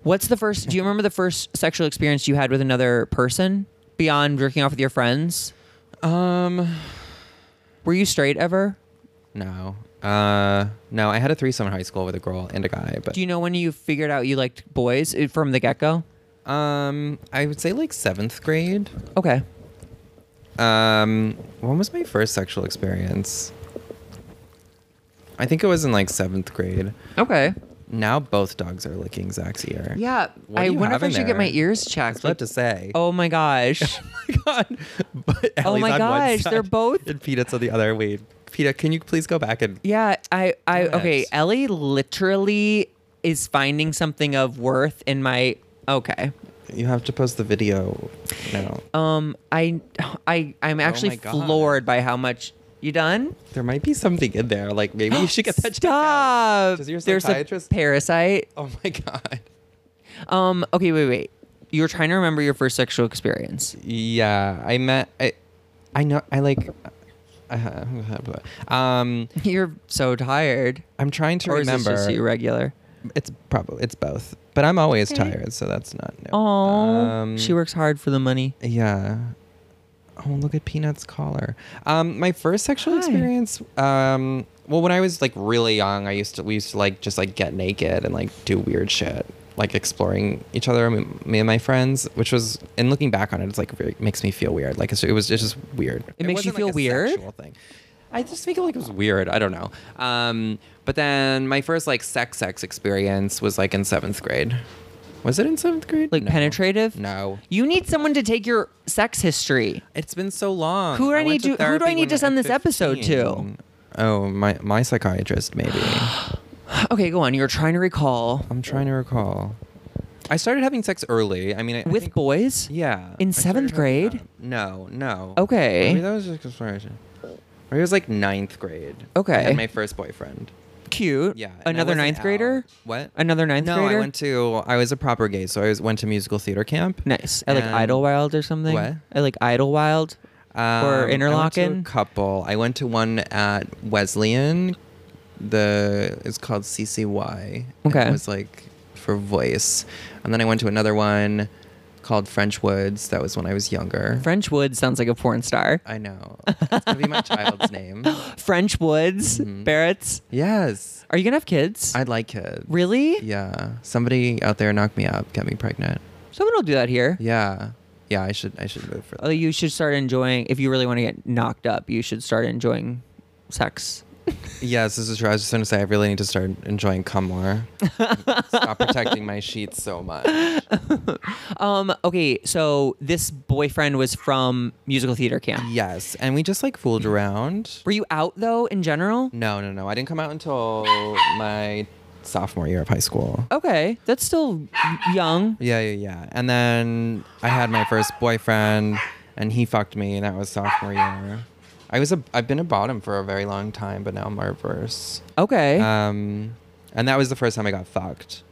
S1: What's the first. Do you remember the first sexual experience you had with another person beyond jerking off with your friends?
S3: um,
S1: Were you straight ever?
S3: no, uh, no. I had a threesome in high school with a girl and a guy, but
S1: Do you know when you figured out you liked boys uh, from the get go?
S3: um, I would say like seventh grade.
S1: Okay.
S3: Um, when was my first sexual experience? I think it was in like seventh grade.
S1: Okay.
S3: Now both dogs are licking Zach's ear.
S1: Yeah.
S3: What do
S1: I
S3: you
S1: wonder if
S3: have
S1: I
S3: in
S1: should get my
S3: there?
S1: ears checked.
S3: That's what to say.
S1: oh my gosh.
S3: my god! But Ellie's
S1: my
S3: on one
S1: gosh, they're
S3: side
S1: both-
S3: And Peanuts on the other. Wait, Peanut, can you please go back and?
S1: Yeah, I, I
S3: Damn
S1: okay.
S3: it.
S1: Ellie literally is finding something of worth in my okay.
S3: You have to post the video now.
S1: Um, I, I, I'm actually
S3: Oh my God.
S1: floored by how much you done.
S3: there might be something in there. Like maybe you should get that checked out.
S1: Stop.
S3: Does your
S1: There's a
S3: psychiatrist-
S1: parasite.
S3: Oh my god.
S1: Um. Okay. Wait. Wait. You were trying to remember your first sexual experience.
S3: Yeah, I met. I, I know. I like. uh, um,
S1: You're so tired.
S3: I'm trying to
S1: or
S3: remember.
S1: is this just you regular?
S3: It's probably it's both, but I'm always tired, so that's not new.
S1: Oh,
S3: Um,
S1: she works hard for the money.
S3: Yeah. Oh, look at Peanut's collar. Um, my first sexual
S1: Hi.
S3: experience. Um, well, when I was like really young, I used to we used to like just like get naked and like do weird shit, like exploring each other, me, me and my friends, which was and looking back on it, it's like very, makes me feel weird. Like it's, it was it's just weird.
S1: It makes you
S3: wasn't, like,
S1: feel
S3: a
S1: weird?
S3: sexual thing. I just feel like it was weird. I don't know. Um, but then my first like sex sex experience was like in seventh grade. Was it in seventh grade?
S1: Like
S3: No.
S1: penetrative.
S3: No.
S1: You need someone to take your sex history.
S3: It's been so long.
S1: Who do I
S3: went
S1: need to- who do I
S3: therapy
S1: need
S3: when
S1: to send
S3: was
S1: this episode to?
S3: 15. Oh, my my psychiatrist maybe.
S1: Okay, go on. You were trying to recall
S3: I'm trying to recall. I started having sex early. I mean, I, I
S1: with
S3: think-
S1: boys.
S3: Yeah.
S1: in
S3: I started
S1: seventh
S3: having- uh,
S1: grade?
S3: No, no.
S1: Okay.
S3: Maybe that was just exploration. Maybe it was like ninth grade. I
S1: Okay.
S3: had my first boyfriend.
S1: Cute.
S3: Yeah. and I
S1: Another
S3: wasn't
S1: ninth
S3: out.
S1: grader.
S3: What?
S1: Another ninth
S3: no,
S1: grader.
S3: I went to. I was a proper gay, so I was, went to musical theater camp.
S1: nice. I like
S3: and-
S1: Idlewild or something.
S3: What?
S1: I like Idlewild. or
S3: Um, I
S1: Interlochen?
S3: went to a couple. I went to one at Wesleyan. The it's called CCY. and
S1: Okay.
S3: It was like for voice, and then I went to another one called French Woods. That was when I was younger.
S1: French Woods sounds like a porn star.
S3: I know. That's gonna be my child's name.
S1: French Woods.
S3: Mm-hmm.
S1: Barrett's.
S3: Yes,
S1: Are you gonna have kids?
S3: I'd like it.
S1: really?
S3: Yeah. Somebody out there knock me up, get me pregnant.
S1: Someone will do that here.
S3: Yeah. Yeah. I should. I should move for that.
S1: Oh, you should start enjoying. If you really want to get knocked up, you should start enjoying sex.
S3: Yes, this is true. I was just going to say, I really need to start enjoying cum more. Stop protecting my sheets so much.
S1: Um. Okay. So this boyfriend was from musical theater camp.
S3: Yes, and we just like fooled around.
S1: Were you out though in general?
S3: No, no, no. I didn't come out until my sophomore year of high school.
S1: Okay, that's still young.
S3: Yeah, yeah, yeah. And then I had my first boyfriend, and he fucked me, and that was sophomore year. I was a, I've been a bottom for a very long time, but now I'm a reverse.
S1: Okay.
S3: Um, and that was the first time I got fucked.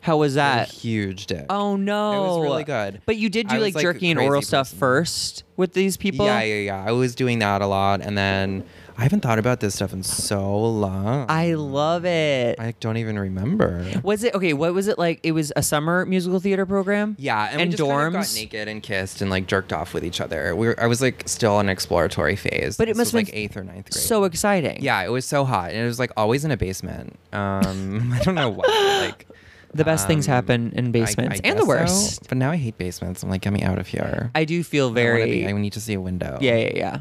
S1: How was
S3: A
S1: that?
S3: huge dick.
S1: Oh no.
S3: really good.
S1: But you did
S3: I
S1: do
S3: was,
S1: like,
S3: like, a
S1: jerky and
S3: crazy
S1: oral stuff
S3: person.
S1: first with these people?
S3: Yeah, yeah, yeah. I was doing that a lot, and then I haven't thought about this stuff in so long.
S1: I love it.
S3: I don't even remember.
S1: was it okay, what was it like? It was a summer musical theater program?
S3: Yeah, and,
S1: And
S3: we just kind of
S1: dorms?
S3: got naked and kissed and like jerked off with each other. We were, I was like still in exploratory phase.
S1: But it must
S3: This was,
S1: have
S3: like
S1: been
S3: eighth or ninth grade.
S1: So exciting.
S3: yeah, it was so hot, and it was like always in a basement. Um, I don't know why. Like
S1: The best things
S3: um,
S1: happen in
S3: I- I
S1: basements and the
S3: guess so,
S1: worst.
S3: but now I hate basements. I'm like, get me out of here.
S1: I do feel
S3: I wanna
S1: very
S3: be- I need to see a window.
S1: Yeah, yeah,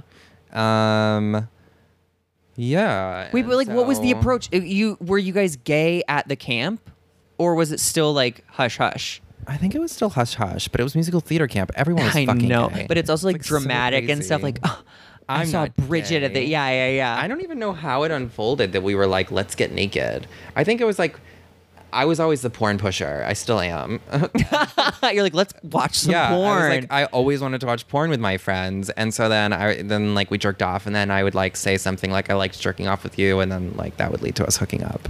S1: yeah.
S3: Um. Yeah.
S1: Wait,
S3: and
S1: but like what was the
S3: so-
S1: approach? Uh, You were you guys gay at the camp? Or was it still like hush hush?
S3: I think it was still hush hush, but it was musical theater camp. Everyone was
S1: I
S3: fucking
S1: know,
S3: gay.
S1: but it's also like,
S3: It's, so
S1: dramatic and stuff.
S3: crazy.
S1: Like, "Oh, I
S3: I'm
S1: saw
S3: not
S1: Bridget at the
S3: gay."
S1: yeah, yeah, yeah.
S3: I don't even know how it unfolded that we were like, let's get naked. I think it was like, I was always the porn pusher. I still am.
S1: You're like, let's watch some
S3: yeah,
S1: porn.
S3: I was like, I always wanted to watch porn with my friends, and so then I then like we jerked off, and then I would like say something like, I liked jerking off with you, and then like that would lead to us hooking up.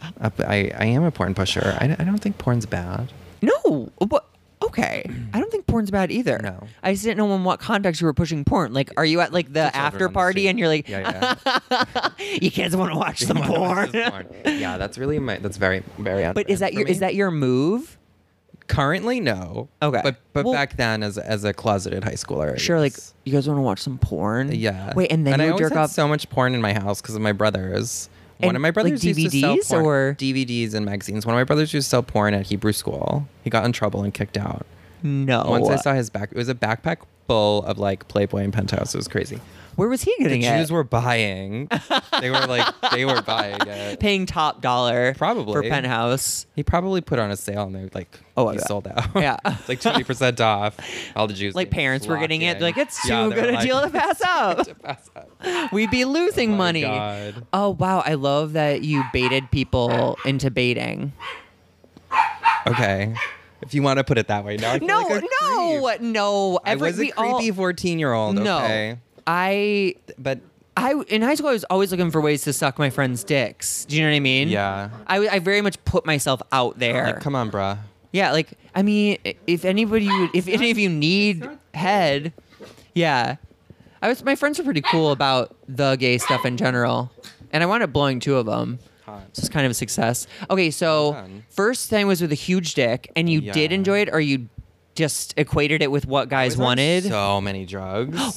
S3: Uh, Up, I, I am a porn pusher. I, I don't think porn's bad.
S1: no, but okay, I don't think porn's bad either.
S3: No.
S1: I just didn't know in what context you were pushing porn. Like, are you at like the
S3: children
S1: after
S3: on the
S1: party
S3: street.
S1: and you're like,
S3: Yeah,
S1: you kids want to watch some porn?
S3: yeah, that's really my. That's very, very.
S1: but is that your is that your move?
S3: currently no?
S1: Okay.
S3: but but
S1: Well-
S3: back then, as as a closeted high schooler,
S1: Sure, like
S3: yes.
S1: you guys want to watch some porn?
S3: yeah.
S1: Wait, and then
S3: I
S1: you would
S3: always
S1: jerk
S3: had
S1: off.
S3: so much porn in my house because of my brothers. One
S1: And,
S3: of my
S1: like,
S3: brothers used to sell
S1: DVDs
S3: porn-
S1: or-
S3: DVDs and magazines. One of my brothers used to sell porn at Hebrew school. He got in trouble and kicked out.
S1: no.
S3: Once I saw his back, it was a backpack full of like Playboy and Penthouse. It was crazy.
S1: Where was he getting
S3: The
S1: it?
S3: Jews were buying. they were like they were buying it.
S1: paying top dollar for
S3: Probably.
S1: penthouse.
S3: He probably put on a sale and they were like,
S1: Oh,
S3: oh, he
S1: yeah.
S3: sold out.
S1: Yeah.
S3: it's like twenty percent off. All the Jews
S1: Like
S3: came
S1: parents were getting it.
S3: flocking.
S1: They're like, it's too
S3: Yeah, they were
S1: good a
S3: like,
S1: deal to pass up.
S3: to pass up.
S1: We'd be losing
S3: my
S1: money.
S3: God.
S1: Oh wow, I love that you baited people into baiting.
S3: Okay, if you want to put it that way. Now I feel
S1: No,
S3: like a
S1: no,
S3: creep.
S1: no.
S3: I
S1: Every-
S3: was a
S1: we all-
S3: creepy fourteen-year-old.
S1: No, Mm-hmm.
S3: okay?
S1: I,
S3: but
S1: I in high school I was always looking for ways to suck my friends' dicks. Do you know what I mean?
S3: Yeah.
S1: I, w- I very much put myself out there.
S3: like, come on, bruh.
S1: Yeah, like I mean, i- if anybody, would, if any of you need head, yeah, I was. My friends were pretty cool about the gay stuff in general, and I wound up blowing two of them.
S3: Hot.
S1: So it's kind of a success. Okay, so
S3: Well done.
S1: first thing was with a huge dick, and you did
S3: Yeah.
S1: enjoy it, or you just equated it with what guys
S3: Was on
S1: wanted.
S3: so many drugs.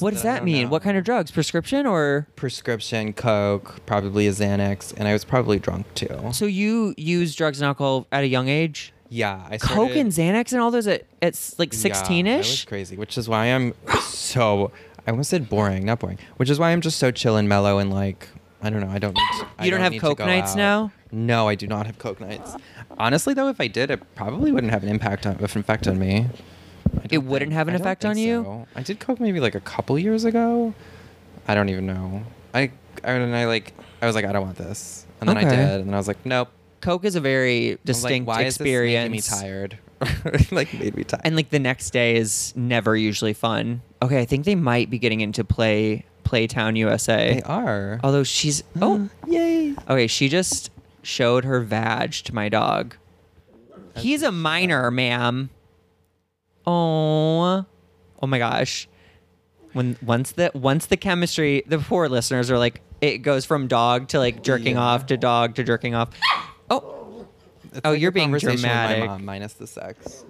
S1: what does
S3: I
S1: that
S3: don't
S1: mean?
S3: know.
S1: What kind of drugs? Prescription or?
S3: prescription coke, probably a Xanax, and I was probably drunk too.
S1: So you use drugs and alcohol at a young age?
S3: Yeah, I
S1: Coke
S3: started-
S1: and Xanax and all those at, at s- like
S3: Yeah, that
S1: 16
S3: was
S1: ish?
S3: crazy, which is why I'm so. I almost said boring, not boring. Which is why I'm just so chill and mellow and like I don't know. I don't. Need to, I
S1: You don't have
S3: need to
S1: Coke
S3: go
S1: nights
S3: out.
S1: now?
S3: No, I do not have coke nights. Honestly, though, if I did, it probably wouldn't have an impact on, if effect on me. I don't
S1: It wouldn't have an
S3: I don't
S1: effect
S3: think
S1: on you?
S3: so. I did coke maybe like a couple years ago. I don't even know. I I and I like I was like I don't want this, and then I
S1: Okay.
S3: did, and then I was like nope.
S1: Coke is a very
S3: I was like,
S1: distinct
S3: why
S1: experience.
S3: Is this making me tired? like made me tired.
S1: And like the next day is never usually fun. Okay, I think they might be getting into play Playtown USA.
S3: they are. Mm,
S1: Although she's oh
S3: yay!
S1: okay, she just showed her vag to my dog. He's a minor, ma'am. Oh, oh my gosh. When once the once the chemistry, the poor listeners are like, it goes from dog to like jerking
S3: Yeah.
S1: off to dog to jerking off. Oh,
S3: It's
S1: Oh,
S3: like
S1: you're
S3: a
S1: being
S3: conversation With
S1: dramatic.
S3: my mom minus the sex.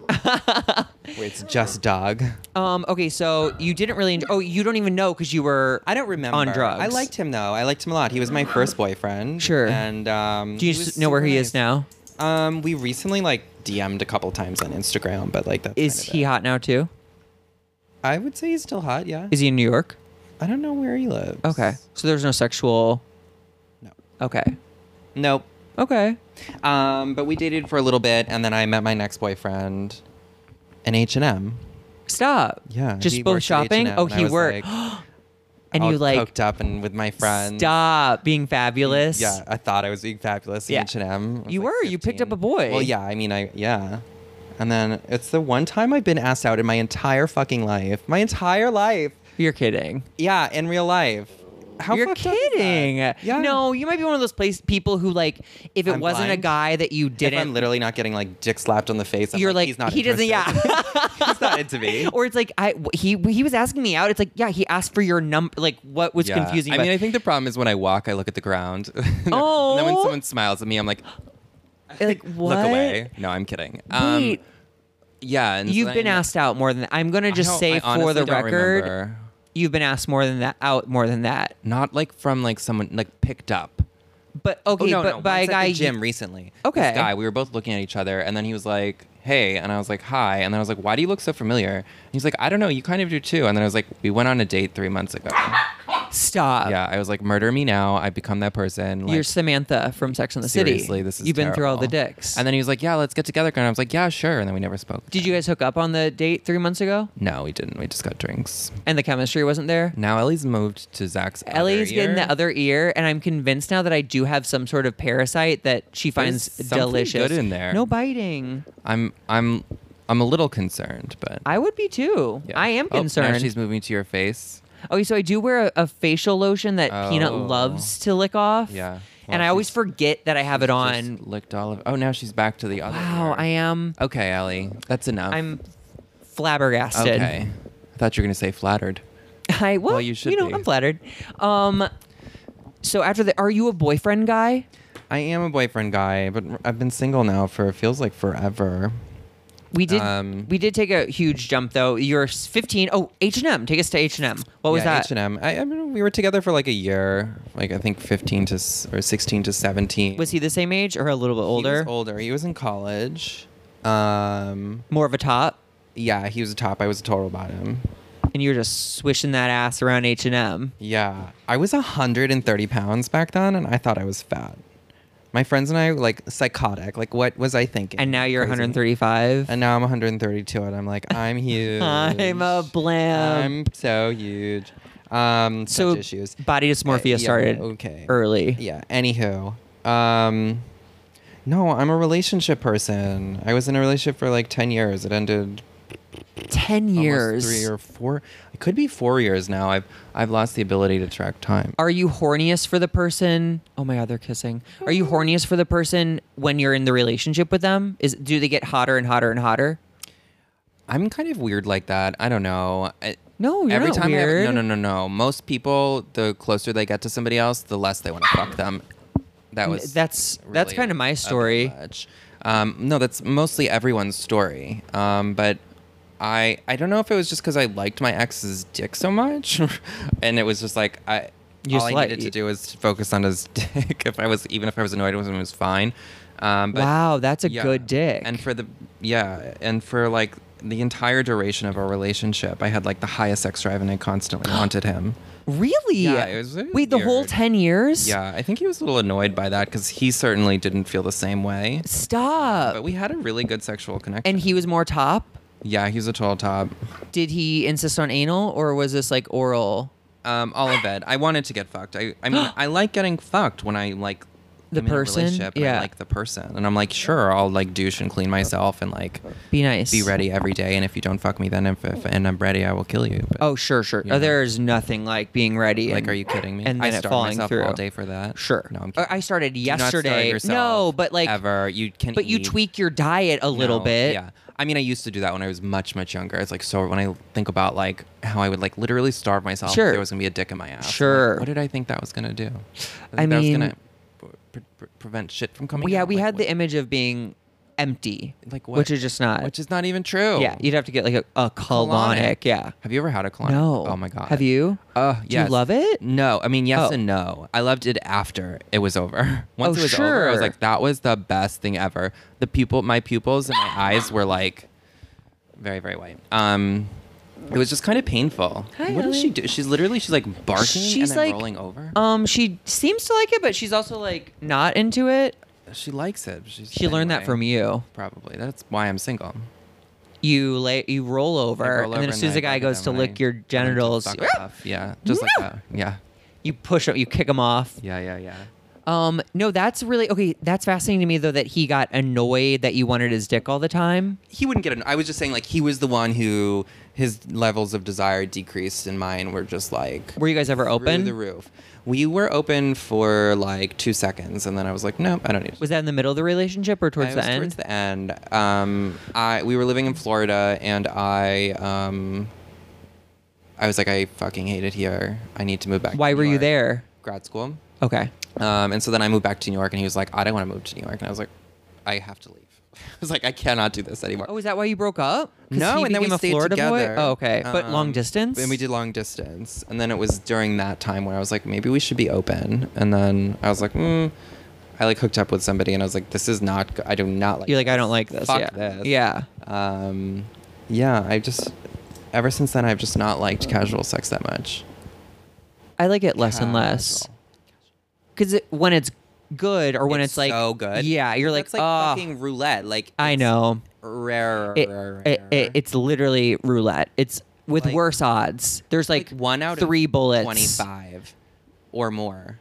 S3: Wait, it's just dog.
S1: Um. Okay. So you didn't really. Enjoy, oh, you don't even know because you were.
S3: I don't remember.
S1: On drugs.
S3: I liked him though. I liked him a lot. He was my first boyfriend.
S1: Sure.
S3: And um,
S1: Do you
S3: he
S1: s-
S3: was
S1: know where
S3: super
S1: he
S3: nice.
S1: is now?
S3: Um, we recently like DM'd a couple times on Instagram, but like that's
S1: Is
S3: kind of
S1: he
S3: it.
S1: hot now too?
S3: I would say he's still hot. Yeah.
S1: Is he in New York?
S3: I don't know where he lives.
S1: Okay. So there's no sexual.
S3: No.
S1: Okay.
S3: Nope.
S1: Okay.
S3: Um, but we dated for a little bit, and then I met my next boyfriend in H and M.
S1: Stop.
S3: Yeah,
S1: Just
S3: he
S1: both
S3: worked at
S1: shopping.
S3: H&M,
S1: Oh,
S3: and I
S1: he
S3: was,
S1: worked.
S3: like,
S1: and you
S3: all
S1: like
S3: coked up and with my friends.
S1: stop being fabulous.
S3: Yeah, I thought I was being fabulous.
S1: Yeah.
S3: H and M.
S1: You were, you picked up a boy.
S3: Well, yeah. I mean, I yeah. And then it's the one time I've been asked out in my entire fucking life. My entire life.
S1: You're kidding.
S3: Yeah, in real life. How
S1: You're
S3: fucked up is that?
S1: kidding.
S3: Yeah.
S1: No, you might be one of those place people who like if it
S3: I'm
S1: wasn't a
S3: blind?
S1: guy that you
S3: If
S1: didn't
S3: I'm literally not getting like dick slapped on the face, I'm
S1: you're like,
S3: he's not.
S1: he doesn't
S3: interested.
S1: yeah.
S3: he's not into me.
S1: or it's like I w- he he was asking me out. It's like yeah, he asked for your number. Like what was
S3: Yeah.
S1: confusing?
S3: I
S1: about-
S3: mean, I think the problem is when I walk, I look at the ground. and then
S1: Oh.
S3: when someone smiles at me, I'm like,
S1: like what?
S3: look away. No, I'm kidding. Um,
S1: Wait.
S3: yeah. And so
S1: You've
S3: then
S1: been
S3: I-
S1: asked out more than that. I'm gonna
S3: I
S1: just
S3: don't-
S1: say
S3: I
S1: for the
S3: honestly don't
S1: record,
S3: remember.
S1: you've been asked more than that out more than that.
S3: not like from like someone like picked up.
S1: But
S3: Oh,
S1: okay, but by a
S3: once at
S1: guy
S3: the
S1: you-
S3: gym recently.
S1: Okay.
S3: this guy, we were both looking at each other, and then he was like, "Hey," and I was like, "Hi," and then I was like, "Why do you look so familiar?" And he's like, "I don't know, you kind of do too." And then I was like, "We went on a date three months ago."
S1: Uh, stop.
S3: yeah, I was like, "Murder me now! I've become that person." Like,
S1: You're Samantha from Sex and the
S3: seriously,
S1: City.
S3: this is
S1: You've been through all the
S3: terrible.
S1: dicks.
S3: And then he was like, "Yeah, let's get together." And I was like, "Yeah, sure." And then we never spoke.
S1: did you guys hook up on the date three months ago?
S3: No, we didn't. We just got drinks.
S1: And the chemistry wasn't there.
S3: Now Ellie's moved to Zach's. other
S1: Ellie's getting
S3: ear.
S1: the other ear, and I'm convinced now that I do have some sort of parasite that she finds
S3: something
S1: delicious.
S3: good in there.
S1: No biting.
S3: I'm I'm I'm a little concerned, but
S1: I would be too.
S3: yeah.
S1: I am
S3: Oh,
S1: concerned.
S3: now she's moving to your face.
S1: Oh, so I do wear a, a facial lotion that Peanut
S3: Oh.
S1: loves to lick off.
S3: Yeah.
S1: and
S3: Well,
S1: I always
S3: she's-
S1: forget that I have it
S3: Just
S1: on.
S3: licked all of. Oh, now she's back to the other.
S1: Wow,
S3: ear.
S1: I am.
S3: Okay, Ellie, that's enough.
S1: I'm flabbergasted.
S3: Okay. I thought you were going to say flattered.
S1: I well,
S3: Well, you should
S1: know,
S3: be.
S1: I'm flattered. Um, so after the, are you a boyfriend guy?
S3: I am a boyfriend guy, but I've been single now for feels like forever.
S1: We did.
S3: Um,
S1: we did take a huge jump though. You're 15. Oh, H and M. Take us to H and M. What was that?
S3: H&M. I, I mean, we were together for like a year, like I think 15 to s- or 16 to 17.
S1: Was he the same age or a little bit
S3: He was
S1: older?
S3: older. He was in college. Um,
S1: More of a top,
S3: yeah, he was a top. I was a total bottom.
S1: and you were just swishing that ass around H and M.
S3: Yeah, I was 130 pounds back then, and I thought I was fat. My friends and I like psychotic. Like, what was I thinking?
S1: And now you're
S3: Crazy.
S1: 135.
S3: And now I'm 132, and I'm like, I'm huge.
S1: I'm a blam.
S3: I'm so huge. Um,
S1: so
S3: such issues.
S1: body dysmorphia
S3: Uh, yeah,
S1: started
S3: okay.
S1: early.
S3: Yeah. Anywho, um, no, I'm a relationship person. I was in a relationship for like 10 years. It ended
S1: Ten
S3: almost
S1: years.
S3: three or four. It could be four years now. I've I've lost the ability to track time.
S1: are you horniest for the person? Oh my god, they're kissing. Are you horniest for the person when you're in the relationship with them? Is do they get hotter and hotter and hotter?
S3: I'm kind of weird like that. I don't know. I,
S1: No, you're
S3: every
S1: not
S3: time I
S1: weird.
S3: have, no, no, no, no. Most people, the closer they get to somebody else, the less they want to fuck them. That
S1: N-
S3: was
S1: that's- that's kinda my
S3: a bit
S1: story.
S3: much. Um, no, that's mostly everyone's story. Um, but I I don't know if it was just because I liked my ex's dick so much, and it was just like I
S1: You
S3: all
S1: just
S3: I
S1: like-
S3: needed to do was focus on his dick. If I was even if I was annoyed with him, it was fine. Um, but
S1: Wow, that's a
S3: yeah.
S1: good dick.
S3: And for the yeah, and for like the entire duration of our relationship, I had like the highest sex drive, and I constantly wanted him.
S1: really?
S3: Yeah, it was very
S1: Wait, the whole
S3: weird.
S1: ten years?
S3: Yeah, I think he was a little annoyed by that because he certainly didn't feel the same way. But
S1: Stop.
S3: we had a really good sexual connection.
S1: And he was more top.
S3: yeah, he's a total top.
S1: Did he insist on anal or was this like oral?
S3: Um, all of it. I wanted to get fucked. I, I mean, I like getting fucked when I like
S1: The
S3: I'm in a
S1: person?
S3: relationship and
S1: Yeah.
S3: I like the person, and I'm like, sure, I'll like douche and clean myself and like
S1: Be nice.
S3: be ready every day. And if you don't fuck me, then if, if and I'm ready, I will kill you. But-
S1: Oh sure, sure.
S3: Yeah.
S1: There's nothing like being ready.
S3: Like,
S1: and-
S3: are you kidding me?
S1: And then
S3: I
S1: it
S3: starve
S1: falling
S3: myself
S1: through.
S3: all day for that.
S1: Sure.
S3: No, I'm
S1: Uh,
S3: kidding.
S1: I started
S3: Do not starve
S1: yesterday.
S3: yourself
S1: no, but like
S3: ever you can.
S1: But you
S3: eat.
S1: tweak your diet a little
S3: No,
S1: bit.
S3: Yeah. I mean, I used to do that when I was much, much younger. It's like so when I think about like how I would like literally starve myself. if
S1: Sure.
S3: There was gonna be a dick in my ass. Like,
S1: Sure.
S3: what did I think that was gonna do? I, think
S1: I
S3: that was
S1: mean-
S3: gonna pre- pre- prevent shit from coming.
S1: Well, yeah,
S3: out.
S1: we
S3: Like,
S1: had
S3: what-
S1: the image of being empty,
S3: like what?
S1: which is just not.
S3: Which is not even true.
S1: yeah, you'd have to get like a, a colonic. Yeah.
S3: Have you ever had a colonic?
S1: No.
S3: Oh my god.
S1: Have you?
S3: Uh,
S1: Do you
S3: yes.
S1: love it?
S3: No, I mean yes
S1: Oh.
S3: and no. I loved it after it was over. Once
S1: Oh,
S3: it was over, I was
S1: sure.
S3: like, that was the best thing ever. The pupil, my pupils and my eyes were like very, very white. Um, it was just kind of painful.
S1: Hi,
S3: what does
S1: Ellie.
S3: she do? She's literally she's like barking
S1: She's
S3: and then
S1: like-
S3: rolling over.
S1: Um, she seems to like it, but she's also like not into it.
S3: she likes it. but She's,
S1: She learned that
S3: anyway,
S1: from you.
S3: Probably. That's why I'm single.
S1: You lay, you roll over,
S3: I roll
S1: and
S3: over
S1: then as soon as
S3: I
S1: the guy
S3: look at
S1: goes
S3: them
S1: to
S3: and
S1: lick
S3: I-
S1: your
S3: and I just
S1: genitals,
S3: suck
S1: you-
S3: it up. Yeah, just like
S1: No.
S3: that. Yeah,
S1: you push him, you kick him off.
S3: yeah, yeah, yeah.
S1: Um, no, that's really okay. That's fascinating to me though that he got annoyed that you wanted his dick all the time.
S3: he wouldn't get an I was just saying like he was the one who his levels of desire decreased and mine were just like
S1: Were you guys ever
S3: through
S1: open?
S3: the roof. We were open for like two seconds and then I was like, nope, I don't need to.
S1: Was that in the middle of the relationship or towards
S3: I
S1: the
S3: was
S1: end?
S3: Towards the end. Um I we were living in Florida and I um I was like, I fucking hate it here. I need to move back.
S1: Why
S3: to
S1: were
S3: New
S1: you
S3: York."
S1: there?
S3: Grad school.
S1: Okay.
S3: Um, and so then I moved back to New York, and he was like, "I don't want to move to New York," and I was like, "I have to leave." I was like, "I cannot do this anymore."
S1: Oh, is that why you broke up? 'Cause
S3: No,
S1: he
S3: and then we
S1: became a
S3: stayed
S1: Florida
S3: together.
S1: Boy? Oh, okay. but
S3: Um,
S1: long distance?
S3: And we did long distance, and then it was during that time where I was like, maybe we should be open. And then I was like, mm. I like hooked up with somebody, and I was like, this is not. go- I do not like.
S1: You're like, I don't like this.
S3: Fuck
S1: yeah.
S3: this.
S1: Yeah.
S3: Um, yeah. I just. Ever since then, I've just not liked casual sex that much.
S1: I like it less and less.
S3: Casual.
S1: Because it, when it's good or when it's, like.
S3: so good.
S1: Yeah. You're like,
S3: It's like
S1: "Ah,
S3: fucking roulette. Like
S1: I
S3: it's
S1: know.
S3: Rarer.
S1: It, it, it, it's literally roulette. It's with
S3: Like-
S1: worse odds. There's like,
S3: one out
S1: three
S3: of
S1: bullets
S3: twenty-five or more.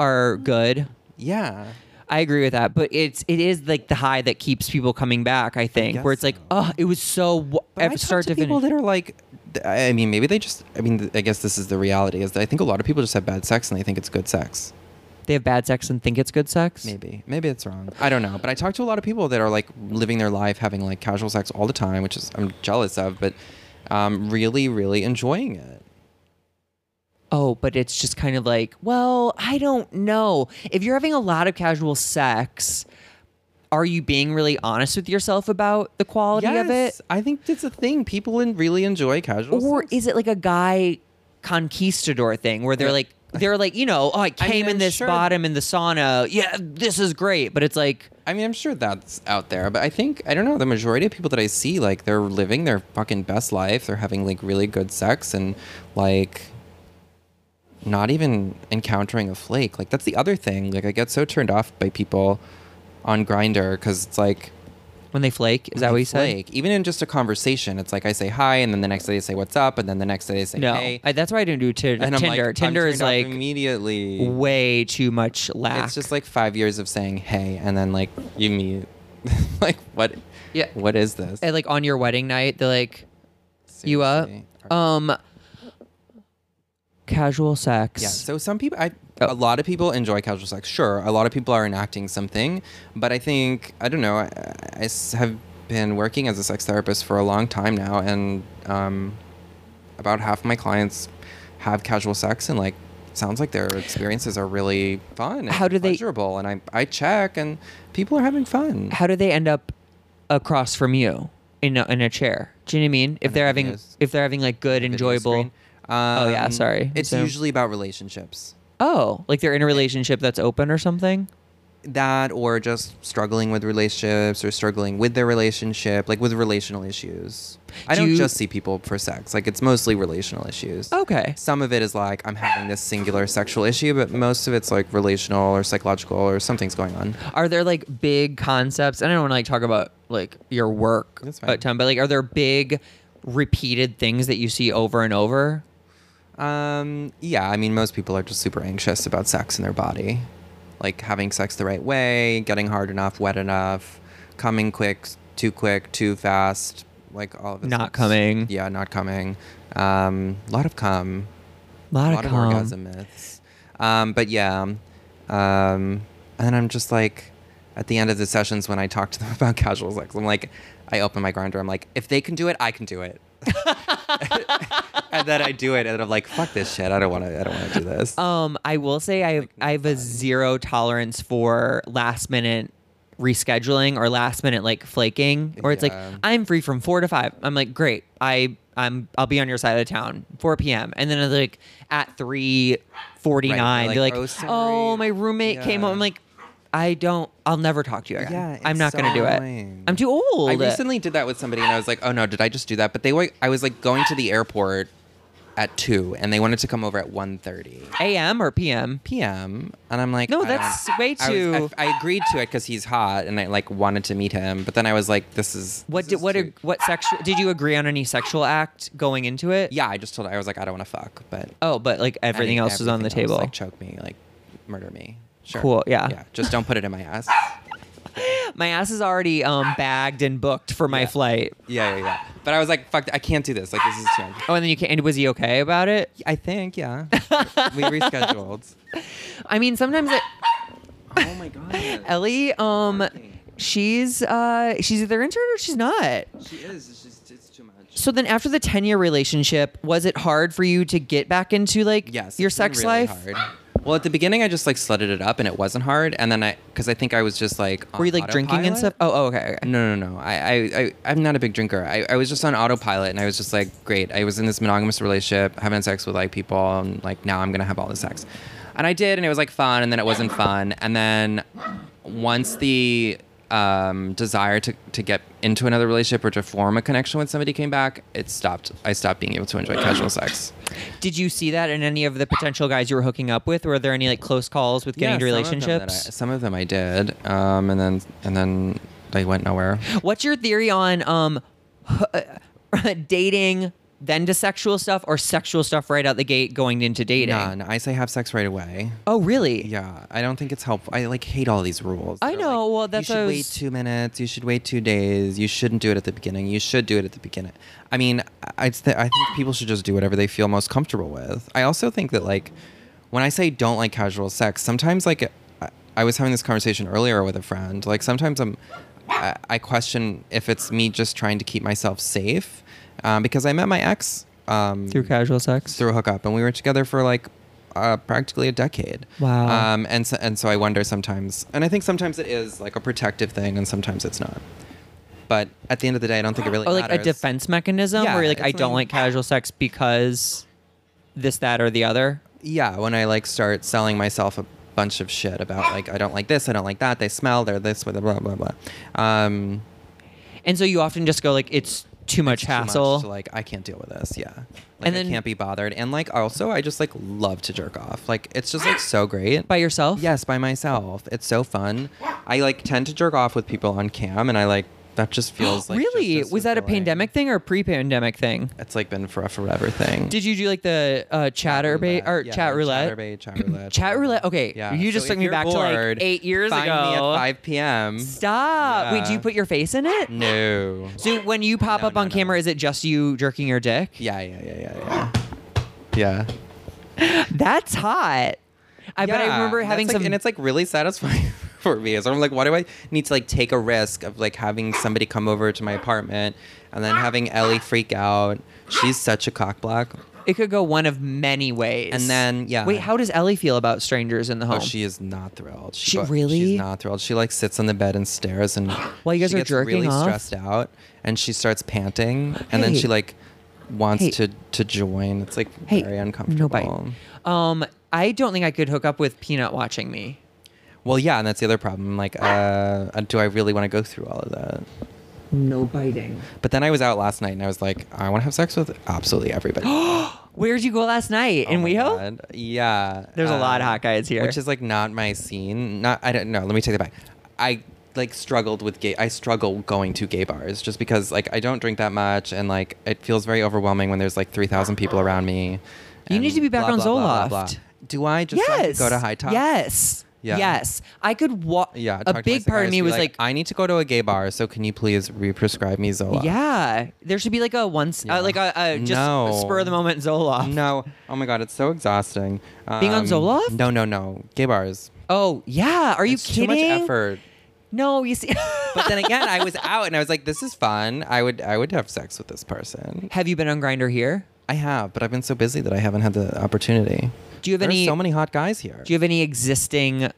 S1: are good.
S3: Yeah.
S1: I agree with that, but it's it is like the high that keeps people coming back. I think where
S3: guess
S1: it's like,
S3: so.
S1: oh, it was so w-
S3: But I
S1: ev-
S3: talk
S1: start to,
S3: to, people
S1: finish.
S3: that are like, th- I mean, maybe they just. I mean, th- I guess this is the reality. Is that I think a lot of people just have bad sex and they think it's good sex.
S1: They have bad sex and think it's good sex.
S3: Maybe. Maybe it's wrong. I don't know. But I talk to a lot of people that are like living their life having like casual sex all the time, which is I'm jealous of, but um, really, really enjoying it.
S1: Oh, but it's just kind of like, well, I don't know. If you're having a lot of casual sex, are you being really honest with yourself about the quality of it?
S3: I think it's a thing. People in really enjoy casual
S1: Or
S3: sex.
S1: is it like a guy conquistador thing where they're like, they're like, you know, oh, I came
S3: mean,
S1: in
S3: I'm
S1: this
S3: sure-
S1: bottom in the sauna. Yeah, this is great. But it's like,
S3: I mean, I'm sure that's out there, but I think I don't know. The majority of people that I see, like, they're living their fucking best life. They're having like really good sex and like not even encountering a flake. Like that's the other thing. Like I get so turned off by people on Grinder because it's like
S1: when they flake, is that what you said?
S3: flake. Even in just a conversation, it's like I say hi, and then the next day they say what's up, and then the next day they say
S1: No,
S3: hey.
S1: I, that's why I didn't do Tin-
S3: and I'm like,
S1: Tinder.
S3: I'm
S1: Tinder is
S3: turned
S1: like
S3: off immediately.
S1: way too much lack.
S3: It's just like five years of saying hey, and then like you meet. like what?
S1: Yeah.
S3: What is this?
S1: And, like on your wedding night, they're like, you up?
S3: Seriously.
S1: Um, casual sex.
S3: yeah. So some people, I
S1: Oh.
S3: a lot of people enjoy casual sex. Sure, a lot of people are enacting something, but I think I don't know. I, I s- have been working as a sex therapist for a long time now, and um, about half my clients have casual sex, and like sounds like their experiences are really fun. And
S1: How do they-
S3: pleasurable, and I I check, and people are having fun.
S1: How do they end up across from you in a, in a chair? Do you know what I mean? If
S3: a
S1: they're having
S3: videos-
S1: if they're having like good
S3: Video
S1: enjoyable.
S3: screen. Um,
S1: Oh, yeah, sorry.
S3: It's
S1: So-
S3: usually about relationships.
S1: Oh, like they're in a relationship that's open or something.
S3: that or just struggling with relationships or struggling with their relationship, like with relational issues. I
S1: Do
S3: don't
S1: you- Oh.
S3: just see people for sex. Like it's mostly relational issues.
S1: Okay.
S3: Some of it is like I'm having this singular sexual issue, but most of it's like relational or psychological or something's going on.
S1: Are there like big concepts? And I don't want to like talk about like your work,
S3: That's fine.
S1: but Tom, but like, are there big repeated things that you see over and over?
S3: Um, yeah, I mean most people are just super anxious about sex in their body. Like having sex the right way, getting hard enough, wet enough, coming quick, too quick, too fast, like all of this.
S1: Not coming.
S3: Yeah, not coming. Um, a lot of cum.
S1: A lot,
S3: a lot of
S1: cum.
S3: orgasm myths. Um, but yeah, um, um, and I'm just like, at the end of the sessions when I talk to them about casual sex, I'm like, I open my grinder. I'm like, if they can do it, I can do it. and then I do it, and I'm like, fuck this shit. I don't want to. I don't want to do this.
S1: Um, I will say I have, I have a zero tolerance for last minute rescheduling or last minute like flaking or it's
S3: Yeah.
S1: like I'm free from 4 to 5. I'm like great. I I'm I'll be on your side of town 4 p.m. and then it's like at 3:49
S3: Right, they're
S1: they're
S3: like,
S1: like
S3: "Oh,
S1: oh,
S3: sorry."
S1: my roommate came
S3: Yeah.
S1: home. I'm like I don't I'll never talk to you again.
S3: Yeah,
S1: I'm
S3: it's
S1: not
S3: so
S1: going to do
S3: annoying.
S1: it. I'm too old.
S3: I recently did that with somebody, and I was like, oh no, did I just do that? But they were. I was like going to the airport at two, and they wanted to come over at 1.30
S1: AM or PM?
S3: p.m. and I'm like,
S1: No,
S3: I don't-
S1: that's way
S3: I was- I
S1: too-
S3: f- I, agreed to it because he's hot, and I like wanted to meet him, but then I was like, this is
S1: What
S3: this
S1: did
S3: is
S1: what
S3: too-
S1: ag- what sexual did you agree on any sexual act going into it?
S3: yeah, I just told her I was like, I don't want to fuck, but
S1: Oh, but like everything
S3: any-
S1: else is on the
S3: everything else,
S1: table.
S3: Like choke me, like murder me. Sure.
S1: Cool, yeah.
S3: Yeah. Just don't put it in my ass.
S1: my ass is already um, bagged and booked for my
S3: Yeah.
S1: flight.
S3: Yeah, yeah, yeah. But I was like, fuck, I can't do this. Like this is too.
S1: Oh, and then you can. And was he okay about it?
S3: I think yeah. we rescheduled.
S1: I mean, sometimes it,
S3: Oh my god.
S1: Ellie, um, she's uh, she's either into it or she's not.
S3: She is. It's just it's too much.
S1: So then, after the ten year relationship, was it hard for you to get back into like
S3: yes
S1: your
S3: it's been
S1: sex
S3: really
S1: life?
S3: hard. well at the beginning i just like slutted it up and it wasn't hard and then i because i think i was just like
S1: Were
S3: on
S1: you like drinking and stuff?
S3: autopilot.
S1: Oh, oh, okay. okay.
S3: no no no I, I i i'm not a big drinker I, I was just on autopilot and i was just like great i was in this monogamous relationship having sex with like people and like now i'm gonna have all the sex and i did and it was like fun and then it wasn't fun and then once the um, desire to, to get into another relationship or to form a connection with somebody came back it stopped i stopped being able to enjoy casual sex
S1: Did you see that in any of the potential guys you were hooking up with? Were there any like close calls with getting into
S3: some of them that
S1: relationships?
S3: I- Some of them I, did, um, and then and then they went nowhere.
S1: What's your theory on um dating then to sexual stuff or sexual stuff right out the gate going into dating?
S3: None. I say have sex right away.
S1: Oh, really?
S3: Yeah, I don't think it's helpful. I like hate all these rules.
S1: I
S3: They're
S1: know, well, that's
S3: you
S1: what I
S3: should
S1: was-
S3: wait two minutes. You should wait two days. You shouldn't do it at the beginning. You should do it at the beginning. I mean, I, I just thi- I think people should just do whatever they feel most comfortable with. I also think that like when I say don't like casual sex, sometimes like I- I was having this conversation earlier with a friend. Like sometimes I'm, I, I question if it's me just trying to keep myself safe, um, because I met my ex um,
S1: through casual sex.
S3: through a hookup, and we were together for like uh, practically a decade.
S1: Wow.
S3: Um, and so, and so I wonder sometimes, and I think sometimes it is like a protective thing, and sometimes it's not. But at the end of the day, I don't think it really
S1: or like a
S3: matters.
S1: defense mechanism
S3: Yeah,
S1: where you're like I
S3: it's
S1: don't
S3: like-
S1: like casual sex because this, that, or the other.
S3: yeah, when I like start selling myself a bunch of shit about like I don't like this, I don't like that, they smell, they're this, blah blah blah blah. Um,
S1: And so you often just go like it's too much
S3: it's too
S1: hassle.
S3: to, like I can't deal with this. Yeah, like,
S1: And
S3: I
S1: then-
S3: can't be bothered. And like also, I just like love to jerk off. Like it's just like so great.
S1: by yourself?
S3: Yes, by myself. It's so fun. I like tend to jerk off with people on cam, and I like that just feels like just
S1: really?
S3: as
S1: Was that a
S3: fulfilling.
S1: pandemic thing or a pre-pandemic thing?
S3: It's like been for a forever thing.
S1: Did you do like the uh, chatter bait or
S3: Yeah,
S1: chat roulette?
S3: Chatterbait, chat roulette.
S1: Chat roulette. Okay,
S3: Yeah.
S1: you just
S3: So
S1: took
S3: if
S1: me
S3: you're
S1: back to like
S3: bored,
S1: eight years
S3: find
S1: ago.
S3: me at 5 p.m.
S1: Stop. Wait, do
S3: Yeah.
S1: you put your face in it?
S3: No.
S1: So when you pop
S3: No,
S1: up
S3: no,
S1: on
S3: no.
S1: camera, is it just you jerking your dick?
S3: Yeah, yeah, yeah, yeah, yeah. Yeah.
S1: That's hot. I but I
S3: Yeah,
S1: remember
S3: and
S1: having
S3: that's, like-
S1: some.
S3: and it's like really satisfying for me. So I'm like, why do I need to like take a risk of like having somebody come over to my apartment and then having Ellie freak out? She's such a cockblock.
S1: it could go one of many ways.
S3: And then, yeah.
S1: Wait, how does Ellie feel about strangers in the home?
S3: Oh, she is not thrilled.
S1: She
S3: but
S1: really?
S3: She's not thrilled. She like sits on the bed and stares, and
S1: While you guys
S3: she
S1: are
S3: gets
S1: jerking
S3: really
S1: off?
S3: stressed out, and she starts panting, and then
S1: Hey.
S3: she like wants
S1: Hey.
S3: to to join. It's like
S1: hey,
S3: very
S1: No
S3: uncomfortable.
S1: bite. Um, I don't think I could hook up with Peanut watching me.
S3: Well, yeah, and that's the other problem. Like, uh, uh, do I really want to go through all of that?
S1: No biting.
S3: But then I was out last night, and I was like, I want to have sex with absolutely everybody.
S1: Where'd you go last night?
S3: Oh
S1: in
S3: my
S1: WeHo?
S3: God. Yeah. um,
S1: There's a lot of hot guys here.
S3: Which is like not my scene. Not I don't know. Let me take that back. I like struggled with gay I struggle going to gay bars just because like I don't drink that much and like it feels very overwhelming when there's like 3000 people around me.
S1: You
S3: and
S1: need to be back
S3: blah,
S1: on
S3: blah, blah,
S1: Zoloft.
S3: blah, blah. Do I just so I can
S1: yes.
S3: go to high top?
S1: Yes.
S3: Yeah.
S1: Yes. I could walk.
S3: Yeah, talk to my
S1: A big part of
S3: psychiatrist,
S1: me
S3: be
S1: was like,
S3: I need to go to a gay bar, so can you please re-prescribe me Zoloft?
S1: yeah, there should be like a once,
S3: Yeah.
S1: uh, like a, a just
S3: No.
S1: spur of the moment Zoloft.
S3: No. Oh my god, it's so exhausting.
S1: Being on
S3: Um,
S1: Zoloft?
S3: No, no, no. Gay bars.
S1: Oh yeah, are you
S3: It's
S1: kidding?
S3: Too much effort.
S1: No, you see.
S3: But then again, I was out and I was like, "This is fun. I would, I would have sex with this person.
S1: have you been on Grinder here?
S3: I have, but I've been so busy that I haven't had the opportunity.
S1: Do you have
S3: There's
S1: any?
S3: so many hot guys here.
S1: do you have any existing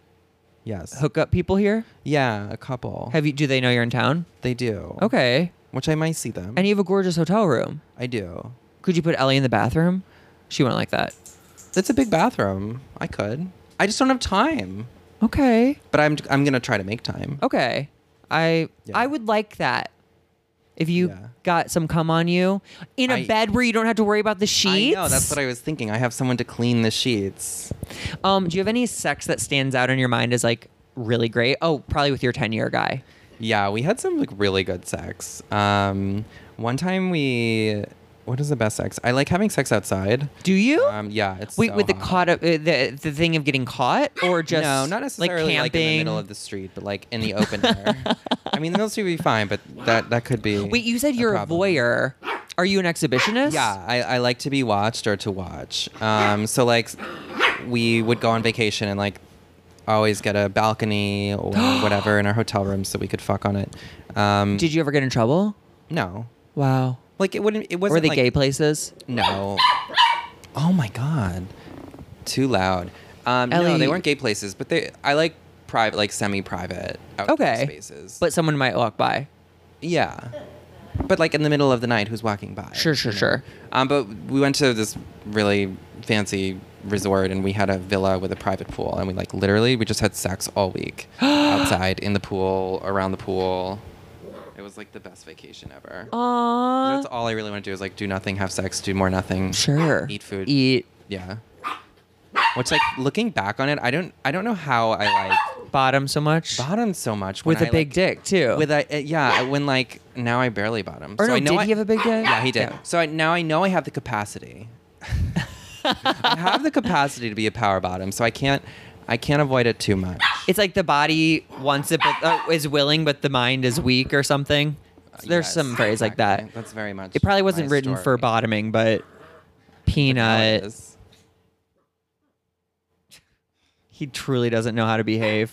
S3: yes.
S1: hookup people here?
S3: yeah, a couple.
S1: Have you? Do they know you're in town?
S3: they do.
S1: Okay,
S3: Which I might see them.
S1: and you have a gorgeous hotel room.
S3: I do.
S1: Could you put Ellie in the bathroom? She wouldn't like that.
S3: It's a big bathroom. I could. I just don't have time.
S1: Okay.
S3: But I'm, I'm gonna try to make time.
S1: Okay. I
S3: Yeah.
S1: I would like that. If you
S3: Yeah.
S1: got some cum on you in a
S3: I-
S1: bed where you don't have to worry about the sheets.
S3: I know. That's what I was thinking. I have someone to clean the sheets.
S1: Um, do you have any sex that stands out in your mind as like really great? Oh, probably with your 10-year guy.
S3: Yeah, we had some like really good sex. Um, one time we, what is the best sex? I like having sex outside.
S1: Do you?
S3: Um, yeah, it's
S1: Wait,
S3: so
S1: with the
S3: hot.
S1: caught up, uh, the the thing of getting caught, or just
S3: no, not necessarily
S1: like
S3: like,
S1: camping
S3: in the middle of the street, but like in the open air. I mean, the middle of the street would be fine, but that that could be.
S1: Wait, you said you're
S3: problem.
S1: a voyeur. Are you an exhibitionist?
S3: Yeah, I, I like to be watched or to watch. Um, so like, we would go on vacation and like always get a balcony or whatever in our hotel room so we could fuck on it. Um,
S1: Did you ever get in trouble?
S3: no,
S1: Wow.
S3: like it wouldn't. It wasn't
S1: Were they
S3: like,
S1: gay places?
S3: No. Oh my god. Too loud. Um, no,
S1: Ellie-
S3: they weren't gay places, but they. I like private, like semi-private outdoor
S1: Okay.
S3: spaces.
S1: But someone might walk by.
S3: yeah, but like in the middle of the night, who's walking by?
S1: Sure, sure,
S3: you know?
S1: sure.
S3: Um, but we went to this really fancy resort, and we had a villa with a private pool, and we like literally we just had sex all week outside in the pool, around the pool. It was like the best vacation ever.
S1: Aww.
S3: That's all I really want to do is like do nothing, have sex, do more nothing.
S1: Sure.
S3: Eat food.
S1: Eat
S3: Yeah. Which like looking back on it, I don't I don't know how I like
S1: bottom so much
S3: bottomed so much when
S1: with a
S3: I,
S1: big
S3: like-
S1: dick too.
S3: With a uh, yeah, when like now I barely bottom.
S1: or
S3: so
S1: no,
S3: I know
S1: did
S3: I,
S1: he have a big dick?
S3: Yeah, he did. So I, now I know I have the capacity. I have the capacity to be a power bottom, so I can't I can't avoid it too much.
S1: It's like the body wants it, but uh, is willing, but the mind is weak or something. There's
S3: Uh, Yes,
S1: some phrase like that.
S3: exactly. That's very much.
S1: It probably wasn't
S3: my
S1: written for
S3: story.
S1: bottoming, but
S3: Now it
S1: peanut.
S3: is.
S1: He truly doesn't know how to behave.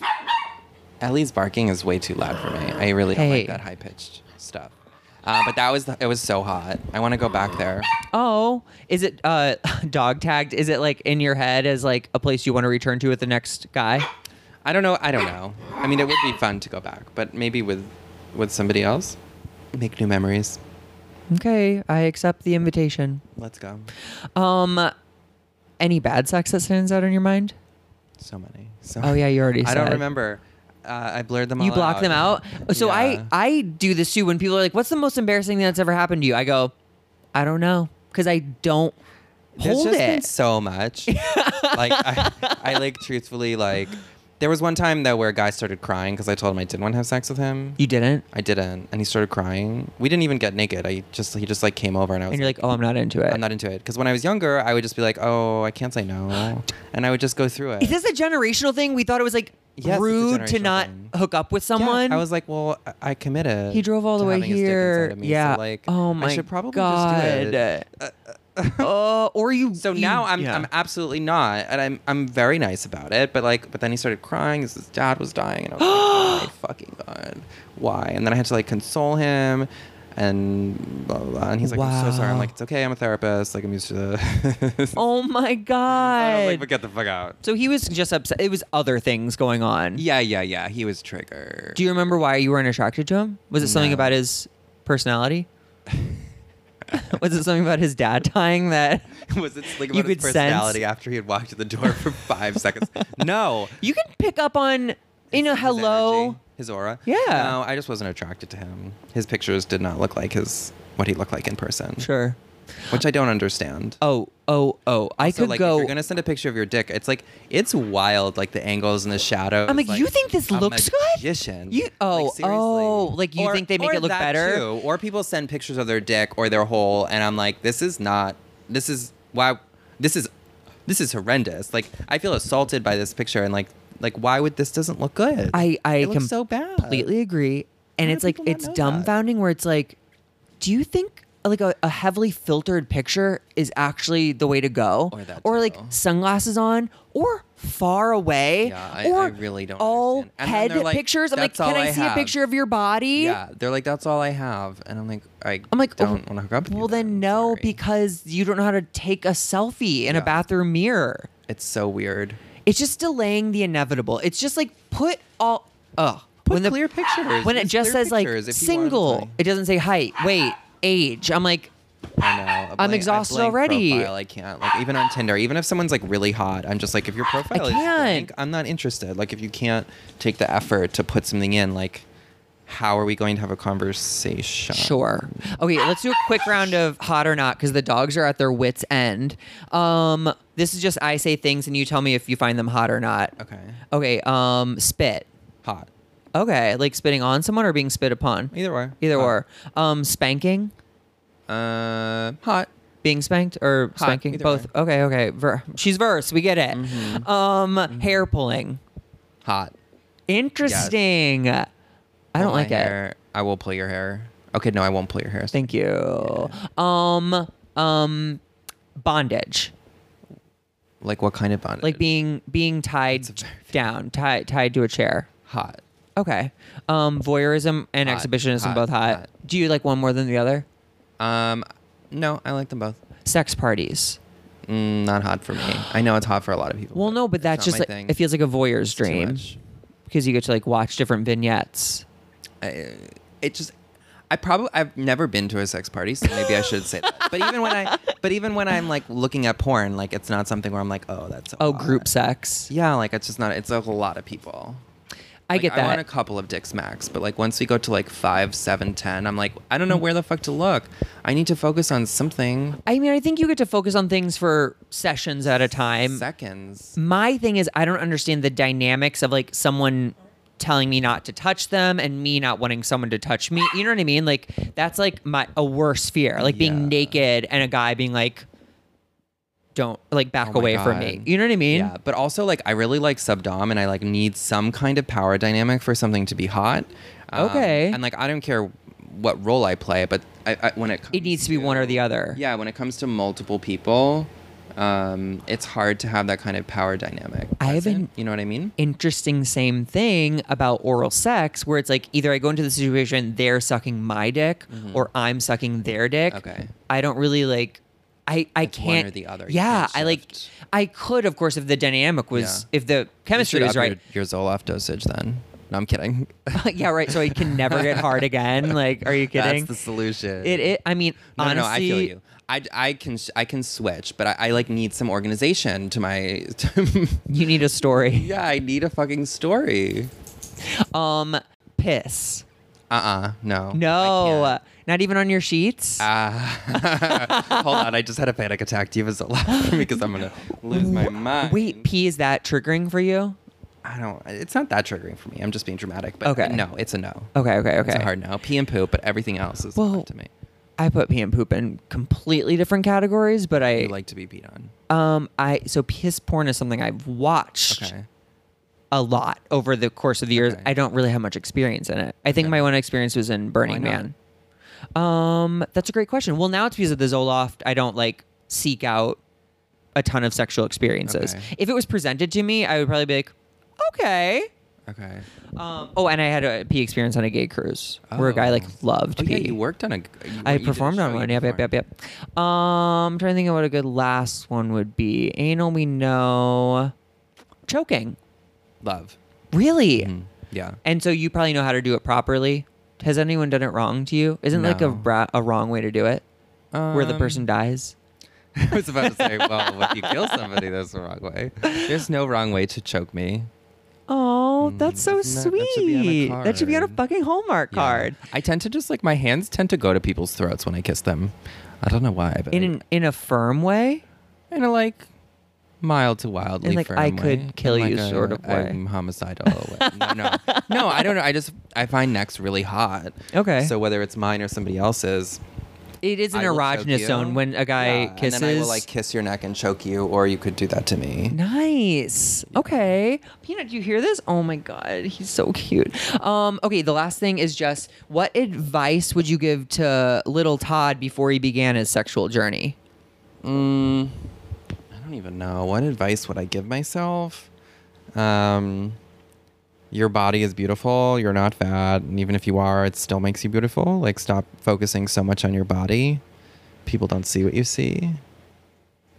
S3: Ellie's barking is way too loud for me. I really don't
S1: Hey.
S3: like that high pitched stuff. Uh, but that was it was so hot. I want to go back there.
S1: Oh, is it uh, dog tagged? Is it like in your head as like a place you want to return to with the next guy?
S3: I don't know. I don't know. I mean, it would be fun to go back, but maybe with with somebody else, make new memories.
S1: Okay, I accept the invitation.
S3: Let's go.
S1: Um, any bad sex that stands out in your mind?
S3: So many. So
S1: Oh yeah, you already.
S3: I don't
S1: said.
S3: remember. Uh, I blurred them.
S1: You
S3: all
S1: block
S3: out.
S1: them out. So
S3: Yeah.
S1: I I do this too. When people are like, "What's the most embarrassing thing that's ever happened to you?" I go, "I don't know," because I don't
S3: There's
S1: hold
S3: just been
S1: it.
S3: so much. like I, I like truthfully like there was one time though where a guy started crying because I told him I didn't want to have sex with him.
S1: You didn't,
S3: I didn't, and he started crying. We didn't even get naked. I just he just like came over and I was
S1: and you're like, "Oh, I'm not into it."
S3: I'm not into it because when I was younger, I would just be like, oh, I can't say no, and I would just go through it.
S1: Is this a generational thing? We thought it was like
S3: Yes, it's a
S1: rude to
S3: generational
S1: not
S3: thing.
S1: hook up with
S3: Yeah,
S1: someone.
S3: I was like, well, I- I committed.
S1: He drove all the
S3: to
S1: way
S3: having his dick
S1: here.
S3: inside of me, so,
S1: yeah.
S3: like,
S1: oh
S3: I
S1: my
S3: should probably
S1: god.
S3: just do it.
S1: Uh, or you.
S3: So
S1: you-
S3: now I'm
S1: yeah.
S3: I'm absolutely not, and I'm I'm very nice about it. But like, but then he started crying. 'cause His dad was dying, and I was like, oh my fucking god, why? And then I had to like console him, and blah blah. blah. And he's like, I'm so sorry. I'm
S1: Wow.
S3: like, it's okay. I'm a therapist. Like, I'm used to the.
S1: Oh my
S3: I was
S1: god.
S3: like, but get the fuck out.
S1: so he was just upset. It was other things going on.
S3: Yeah, yeah, yeah. He was triggered.
S1: Do you remember why you weren't attracted to him? Was it something
S3: No.
S1: about his personality? was it something about his dad dying that
S3: was it like
S1: You
S3: about his
S1: could sense-
S3: personality after he had walked to the door for five seconds? No.
S1: you can pick up on in a
S3: His- his
S1: hello?
S3: energy, his aura.
S1: Yeah.
S3: No, I just wasn't attracted to him. His pictures did not look like his what he looked like in person,
S1: Sure.
S3: which I don't understand.
S1: Oh, oh, oh. I
S3: so
S1: could
S3: like,
S1: go.
S3: if you're gonna send a picture of your dick, it's like it's wild, like the angles and the shadows.
S1: I'm like, you think this
S3: a
S1: looks good?
S3: magician.
S1: You-
S3: Like,
S1: oh,
S3: seriously.
S1: oh, like, you
S3: Or-
S1: think they make
S3: or
S1: it look
S3: that
S1: better?
S3: too. Or people send pictures of their dick or their hole, and I'm like, this is not. This is why. This is, this is horrendous. Like I feel assaulted by this picture, and like, like why would this doesn't look good?
S1: I I
S3: it looks
S1: com-
S3: so bad.
S1: Completely agree. And
S3: How do
S1: it's like
S3: people not
S1: it's
S3: know that?
S1: dumbfounding where it's like, do you think like a, a heavily filtered picture is actually the way to go,
S3: Or that
S1: like
S3: too.
S1: sunglasses on, or far away,
S3: Yeah, I- I
S1: or
S3: really don't
S1: all
S3: understand. And then
S1: head
S3: they're like,
S1: pictures. I'm like,
S3: "That's
S1: can
S3: all
S1: I,
S3: I
S1: see
S3: have."
S1: a picture of your body?
S3: Yeah, they're like, that's all I have, and I'm like, I
S1: I'm like, oh,
S3: don't want to hook up. With you
S1: Well, then
S3: I'm
S1: no,
S3: sorry.
S1: because you don't know how to take a selfie in
S3: Yeah.
S1: a bathroom mirror.
S3: it's so weird.
S1: It's just delaying the inevitable. It's just like put all ugh.
S3: Put clear pictures.
S1: When it
S3: Use
S1: just
S3: clear
S1: says like
S3: pictures if you want
S1: single,
S3: something.
S1: it doesn't say height, weight, age. I'm like,
S3: I know. I
S1: I'm
S3: blank-
S1: exhausted
S3: I blank
S1: already.
S3: Profile. I can't. Like even on Tinder, even if someone's like really hot, I'm just like, if your profile is blank,
S1: can't.
S3: I'm not interested. Like if you can't take the effort to put something in, like, how are we going to have a conversation?
S1: sure. Okay, let's do a quick round of hot or not because the dogs are at their wits end. Um, this is just I say things and you tell me if you find them hot or not.
S3: Okay.
S1: Okay. Um, spit.
S3: Hot.
S1: Okay, like spitting on someone or being spit upon.
S3: Either way.
S1: Either
S3: Hot.
S1: or. Um, spanking.
S3: Uh, hot.
S1: being spanked or
S3: Hot,
S1: spanking
S3: either Mm-hmm.
S1: both okay okay Ver- she's verse we get it um hair pulling
S3: Hot.
S1: interesting i don't
S3: Pull my
S1: like it
S3: hair. I will pull your hair. Okay, no, I won't pull your hair.
S1: thank you um um bondage
S3: Like what kind of bondage?
S1: like being being tied down tied tied to a chair
S3: hot.
S1: okay um voyeurism and
S3: Hot,
S1: exhibitionism
S3: hot,
S1: both hot.
S3: hot.
S1: do you like one more than the other
S3: Um, no, I like them both.
S1: sex parties
S3: Mm, not hot for me. I know it's hot for a lot of people.
S1: well no but
S3: it's
S1: that's
S3: not
S1: just
S3: my
S1: like
S3: thing.
S1: it feels like a voyeur's
S3: It's too
S1: dream
S3: much.
S1: because you get to like watch different vignettes
S3: I, it just I probably I've never been to a sex party, so maybe I should say that. But even when I but even when I'm like looking at porn, like it's not something where I'm like, oh, that's so
S1: oh
S3: hot.
S1: group sex
S3: Yeah, like it's just not. It's a lot of people.
S1: I
S3: Like,
S1: get
S3: I
S1: that.
S3: want a couple of dicks max, but like once we go to like five, seven, ten, I'm like, I don't
S1: Mm.
S3: know where the fuck to look. I need to focus on something.
S1: I mean, I think you get to focus on things for sessions at a time.
S3: Seconds.
S1: My thing is, I don't understand the dynamics of like someone telling me not to touch them and me not wanting someone to touch me. You know what I mean? Like that's like my a worse fear, like being
S3: Yeah.
S1: naked and a guy being like, "Don't like back
S3: Oh my
S1: away from me."
S3: God.
S1: You know what I mean?
S3: Yeah, but also like I really like subdom, and I like need some kind of power dynamic for something to be hot. Um,
S1: Okay.
S3: And like I don't care what role I play, but I, I, when it comes
S1: It needs to be one or the other.
S3: yeah, when it comes to multiple people, um, it's hard to have that kind of power dynamic.
S1: I have
S3: present,
S1: an-
S3: you know what I mean?
S1: interesting same thing about oral sex where it's like either I go into the situation they're sucking my dick or I'm sucking their dick.
S3: Mm-hmm. Okay.
S1: I don't really like I I
S3: one
S1: can't
S3: or the other. You
S1: Yeah,
S3: can't
S1: I like
S3: shift.
S1: I could of course if the dynamic was
S3: Yeah.
S1: if the chemistry
S3: You should
S1: was
S3: up
S1: right.
S3: Your, your Zoloft dosage then. No, I'm kidding.
S1: yeah, right. So I can never get hard again. Like are you kidding?
S3: That's the solution.
S1: it, it I mean
S3: No,
S1: honestly
S3: no, no, I feel you. I, I can s- I can switch, but I, I like need some organization to my.
S1: you need a story.
S3: yeah, I need a fucking story.
S1: Um piss.
S3: Uh uh no.
S1: No. Not even on your sheets?
S3: Uh, Ah. hold on, I just had a panic attack. Do you have a Zoloft because I'm gonna lose my mind.
S1: Wait, pee is that triggering for you?
S3: I don't. It's not that triggering for me. I'm just being dramatic. But
S1: Okay.
S3: no, it's a no.
S1: Okay, okay, okay.
S3: It's a hard no. Pee and poop, but everything else is
S1: Well,
S3: well, to me.
S1: I put pee and poop in completely different categories, but I
S3: You like to be peed on.
S1: um I so piss porn is something I've watched
S3: Okay.
S1: a lot over the course of the years.
S3: Okay.
S1: I don't really have much experience in it. I think
S3: Okay.
S1: my one experience was in Burning
S3: Why not?
S1: Man. Um that's a great question. Well, now it's because of the Zoloft I don't like seek out a ton of sexual experiences.
S3: Okay.
S1: If it was presented to me, I would probably be like, "Okay."
S3: Okay.
S1: Um, oh, and I had a pee experience on a gay cruise where a guy
S3: Oh.
S1: like loved
S3: Oh,
S1: pee.
S3: yeah, you worked on a. you-
S1: I
S3: you did a
S1: performed on
S3: show, you
S1: one. Yep, yep, yep,
S3: performed.
S1: yep. Um, trying to think of what a good last one would be. Anal, we know. Choking,
S3: Love.
S1: really.
S3: Mm, Yeah.
S1: And so you probably know how to do it properly. Has anyone done it wrong to you? Isn't like a
S3: No.
S1: ra- a wrong way to do it, where the
S3: Um,
S1: person dies?
S3: I was about to say, well, if you kill somebody, that's the wrong way. There's no wrong way to choke me.
S1: Oh, that's so
S3: mm, isn't that-
S1: sweet.
S3: that should be on a
S1: on a
S3: card.
S1: fucking Hallmark
S3: Yeah.
S1: card.
S3: I tend to just like my hands tend to go to people's throats when I kiss them. I don't know why, but
S1: In
S3: like,
S1: an, in a firm way.
S3: in a like mild to wildly
S1: In, like,
S3: firm
S1: I
S3: way.
S1: could kill
S3: In,
S1: you
S3: like,
S1: sort of way.
S3: I'm homicidal. way. No, no, no. I don't know. I just I find necks really hot.
S1: Okay.
S3: So whether it's mine or somebody else's,
S1: It is an
S3: I will choke
S1: erogenous
S3: you.
S1: zone when a guy
S3: Yeah,
S1: kisses.
S3: and then I will like kiss your neck and choke you, or you could do that to me.
S1: Nice. Okay. Peanut, do you hear this? Oh my god, he's so cute. Um okay, the last thing is just what advice would you give to little Todd before he began his sexual journey?
S3: Mm, I don't even know. What advice would I give myself? Um, your body is beautiful. You're not fat. And even if you are, it still makes you beautiful. Like, stop focusing so much on your body. People don't see what you see.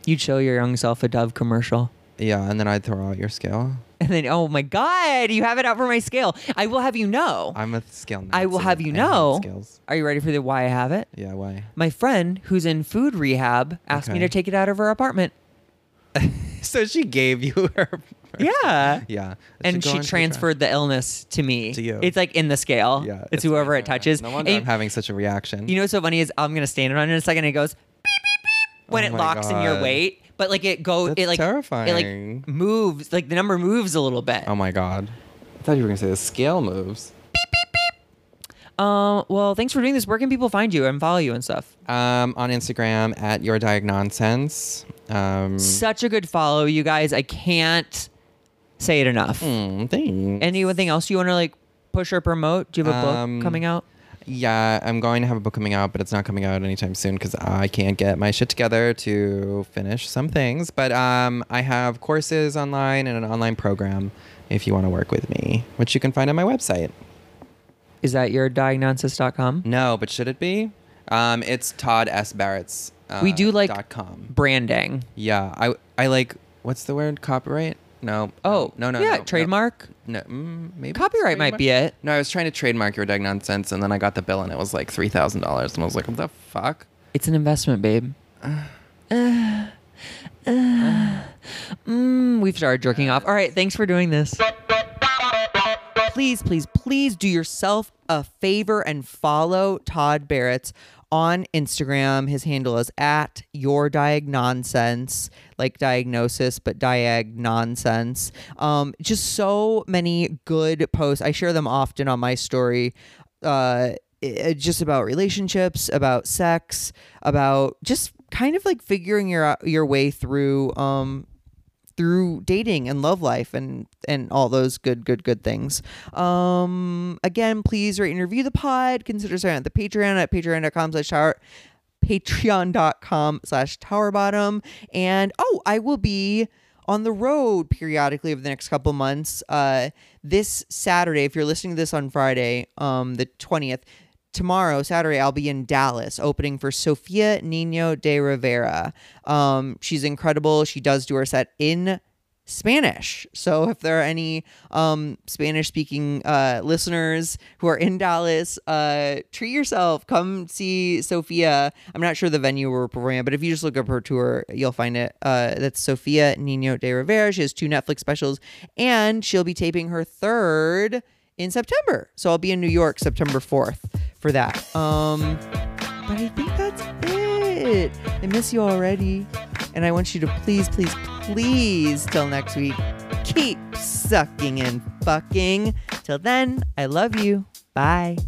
S1: You'd show your young self a Dove commercial.
S3: Yeah. And then I'd throw out your scale.
S1: And then oh my god, you have it out for my scale. I will have you know.
S3: I'm a scale.
S1: I will
S3: Nazi.
S1: have you
S3: I hate
S1: know.
S3: Scales.
S1: Are you ready for the why I have it?
S3: Yeah. Why?
S1: My friend who's in food rehab asked me
S3: Okay.
S1: to take it out of her apartment.
S3: So she gave you her.
S1: Yeah.
S3: Yeah.
S1: and she
S3: go into the trash.
S1: transferred the illness to me.
S3: To you.
S1: It's like in the scale.
S3: Yeah.
S1: It's, whoever it
S3: yeah.
S1: touches.
S3: No wonder
S1: And
S3: I'm having such a reaction.
S1: you know what's so funny is I'm gonna stand on it in a second and it goes beep beep beep when
S3: Oh
S1: it
S3: my
S1: locks in your
S3: God.
S1: weight. But like it go
S3: That's
S1: it like it
S3: terrifying.
S1: like moves like the number moves a little bit.
S3: Oh my god. I thought you were gonna say the scale moves.
S1: Um well thanks for doing this. Where can people find you and follow you and stuff?
S3: Um, on Instagram at your diag nonsense. Um,
S1: Such a good follow, you guys. I can't say it enough.
S3: mm, thanks.
S1: Anything else you wanna like push or promote? Do you have a
S3: Um,
S1: book coming out?
S3: yeah, I'm going to have a book coming out, but it's not coming out anytime soon because I can't get my shit together to finish some things. But um, I have courses online and an online program if you want to work with me, which you can find on my website.
S1: Is that your diagnosis.com?
S3: No, but should it be? Um, it's Todd S Barrett's. Uh,
S1: We do like-
S3: dot com.
S1: Branding.
S3: Yeah, I I like what's the word copyright? No.
S1: Oh
S3: no no
S1: yeah,
S3: no, no.
S1: trademark.
S3: No, mm, maybe it's
S1: Copyright might
S3: trademark?
S1: be it.
S3: No, I was trying to trademark your Dag nonsense, and then I got the bill, and it was like three thousand dollars, and I was like, "What the fuck?"
S1: It's an investment, babe. uh, Mm, we've started jerking off. All right, thanks for doing this. Please, please, please do yourself a favor and follow Todd Barrett's on Instagram. His handle is at your diag nonsense, like diagnosis, but diag nonsense. Um, just so many good posts. I share them often on my story. Uh, i- just about relationships, about sex, about just kind of like figuring your your way through um, through dating and love life and and all those good good good things um again please rate and review the pod consider signing up at the patreon at patreon.com slash tower patreon.com slash towerbottom. And oh, I will be on the road periodically over the next couple months. Uh, this Saturday, if you're listening to this on Friday, um, the 20th, tomorrow, Saturday, I'll be in Dallas opening for Sofia Nino de Rivera. Um, she's incredible. She does do her set in Spanish. So if there are any um, Spanish speaking uh, listeners who are in Dallas, uh, treat yourself. Come see Sofia. I'm not sure the venue we're performing at, but if you just look up her tour, you'll find it. Uh, that's Sofia Nino de Rivera. She has two Netflix specials, and she'll be taping her third in September. So I'll be in New York September 4th for that. Um, but I think that's it. I miss you already. And I want you to please, please, please, till next week, keep sucking and fucking. Till then, I love you. Bye.